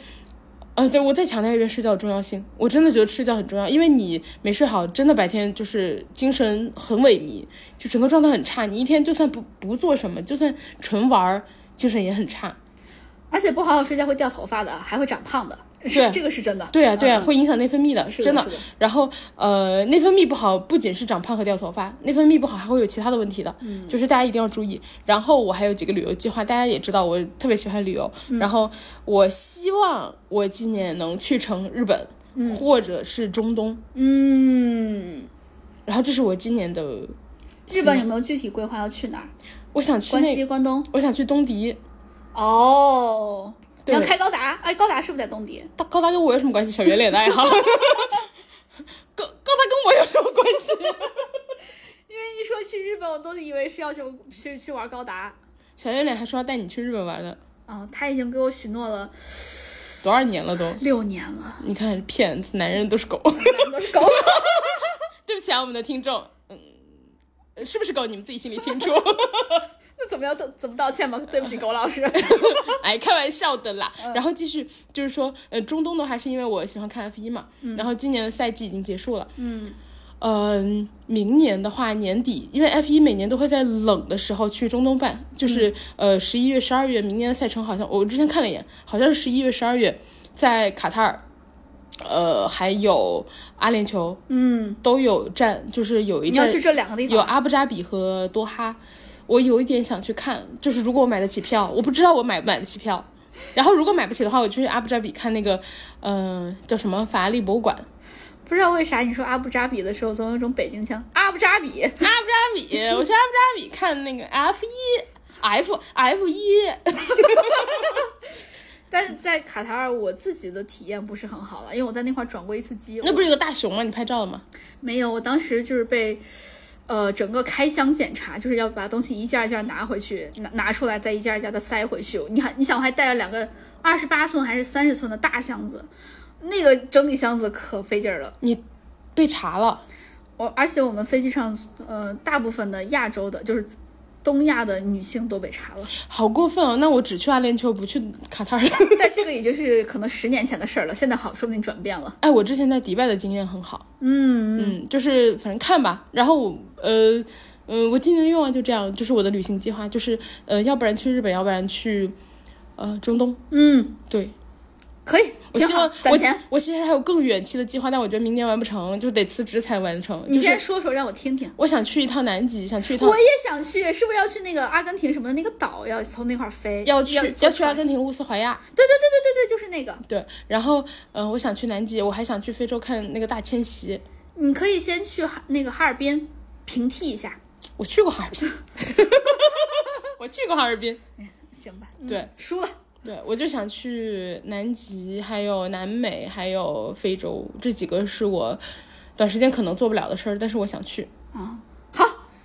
S1: 呃，对我再强调一遍睡觉的重要性。我真的觉得睡觉很重要，因为你没睡好，真的白天就是精神很萎靡，就整个状态很差。你一天就算不不做什么，就算纯玩儿，精神也很差。
S2: 而且不好好睡觉会掉头发的，还会长胖的，
S1: 对
S2: 是这个是真的。
S1: 对呀、啊对呀、
S2: 嗯
S1: 会影响内分泌的，
S2: 是的
S1: 真
S2: 是的
S1: 然后呃，内分泌不好不仅是长胖和掉头发，内分泌不好还会有其他的问题的，嗯，就是大家一定要注意。然后我还有几个旅游计划，大家也知道我特别喜欢旅游，
S2: 嗯
S1: 然后我希望我今年能去成日本、或者是中东，
S2: 嗯，
S1: 然后这是我今年的，
S2: 日本有没有具体规划要去哪儿？
S1: 我想去
S2: 关
S1: 那，
S2: 西、关东？
S1: 我想去东迪，
S2: 哦，你
S1: 对
S2: 要开高达？哎，高达是不是在东迪？
S1: 大高达跟我有什么关系？小圆脸的爱好，高高 达跟我有什么关系？
S2: 因为一说去日本，我都以为是要去去去玩高达。
S1: 小圆脸还说要带你去日本玩呢，
S2: 啊、他已经给我许诺了
S1: 多少年了都。
S2: 六年了，
S1: 你看，骗子，男人都是狗。
S2: 男人都是狗。
S1: 对不起啊，我们的听众，嗯，呃是不是狗你们自己心里清 楚。
S2: 那怎么要道怎么道歉 吧？对不起，狗老师。
S1: 哎，开玩笑的啦。
S2: 嗯
S1: 然后继续就是说，呃，中东的话是因为我喜欢看 F 一嘛，然后今年的赛季已经结束了，
S2: 嗯，
S1: 嗯，明年的话，年底，因为 F 一每年都会在冷的时候去中东办，就是、
S2: 嗯
S1: 呃十一月、十二月，明年的赛程好像我之前看了一眼，好像是十一月、十二月在卡塔尔，呃，还有阿联酋，嗯，都有站，就是有一
S2: 你要
S1: 站
S2: 去这两个地
S1: 有啊
S2: 方，啊
S1: 阿布扎比和多哈，我有一点想去看，就是如果我买得起票，我不知道我买不买得起票。然后如果买不起的话，我就去阿布扎比看那个，嗯、叫什么法拉利博物馆。
S2: 不知道为啥你说阿布扎比的时候总有一种北京腔。阿布扎比，
S1: 阿布扎比，我去阿布扎比看那个 F 一 F F 一，
S2: 但是在卡塔尔我自己的体验不是很好了，因为我在那块儿转过一次机。
S1: 那不是有个大熊吗？你拍照了吗？
S2: 没有，我当时就是被，呃，整个开箱检查，就是要把东西一件一件拿回去，拿拿出来，再一件一件的塞回去。你还你想，我还带了两个二十八寸还是三十寸的大箱子，那个整理箱子可费劲儿了。
S1: 被查了，
S2: 我而且我们飞机上，呃，大部分的亚洲的，就是东亚的女性都被 查了，
S1: 好过分哦！那我只去阿联酋，不去卡塔尔。
S2: 但这个已经是可能十年前的事儿了，现在好，说不定转变了。
S1: 哎，我之前在迪拜的经验很好。嗯嗯，就是反正看吧。然后我呃嗯，我今年的愿望就这样，就是我的旅行计划，就是呃，要不然去日本，要不然去呃中东。
S2: 嗯，
S1: 对，
S2: 可以，
S1: 我
S2: 挺
S1: 希
S2: 好
S1: 望，
S2: 攒钱。
S1: 我其实还有更远期的计划，但我觉得明年完不成，就得辞职才完成。
S2: 你
S1: 就是
S2: 先说说，让我听听。
S1: 我想去一趟南极，想去一趟
S2: 我。也想去，是不是要去那个阿根廷什么的那个岛，要从那块儿飞？
S1: 要去
S2: 要
S1: 要去阿
S2: 阿？
S1: 根廷乌斯怀亚，
S2: 对对对对对对，就是那个。
S1: 对，然后，嗯、我想去南极，我还想去非洲看那个大迁徙。
S2: 你可以先去哈那个哈尔滨平替一下，
S1: 我去过哈尔滨， 我去过哈尔滨，
S2: 行吧？嗯
S1: 对，
S2: 输了。
S1: 对，我就想去南极，还有南美，还有非洲，这几个是我短时间可能做不了的事儿，但是我想去。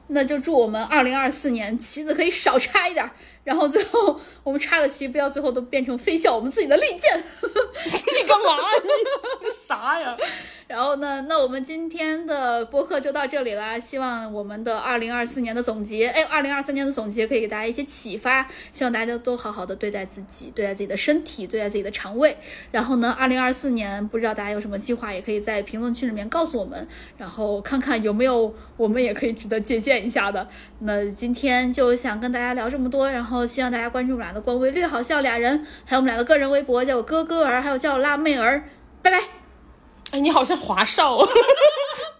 S2: 那就祝我们二零二四年旗子可以少插一点儿，然后最后我们插的旗不要最后都变成飞向我们自己的利剑。
S1: 你干嘛？啊你 你啥呀？
S2: 然后呢，那我们今天的播客就到这里啦。希望我们的二零二四年的总结，哎，二零二三年的总结可以给大家一些启发。希望大家都好好的对待自己，对待自己的身体，对待自己的肠胃。然后呢，二零二四年不知道大家有什么计划，也可以在评论区里面告诉我们，然后看看有没有我们也可以值得借鉴一下的。那今天就想跟大家聊这么多，然后希望大家关注我们俩的官微“略好笑俩人”，还有我们俩的个人微博，叫我哥哥儿，还有叫我辣妹儿。拜拜。
S1: 哎，你好像华少、 哦。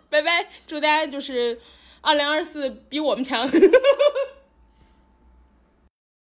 S1: 拜拜，祝大家就是二零二四比我们强。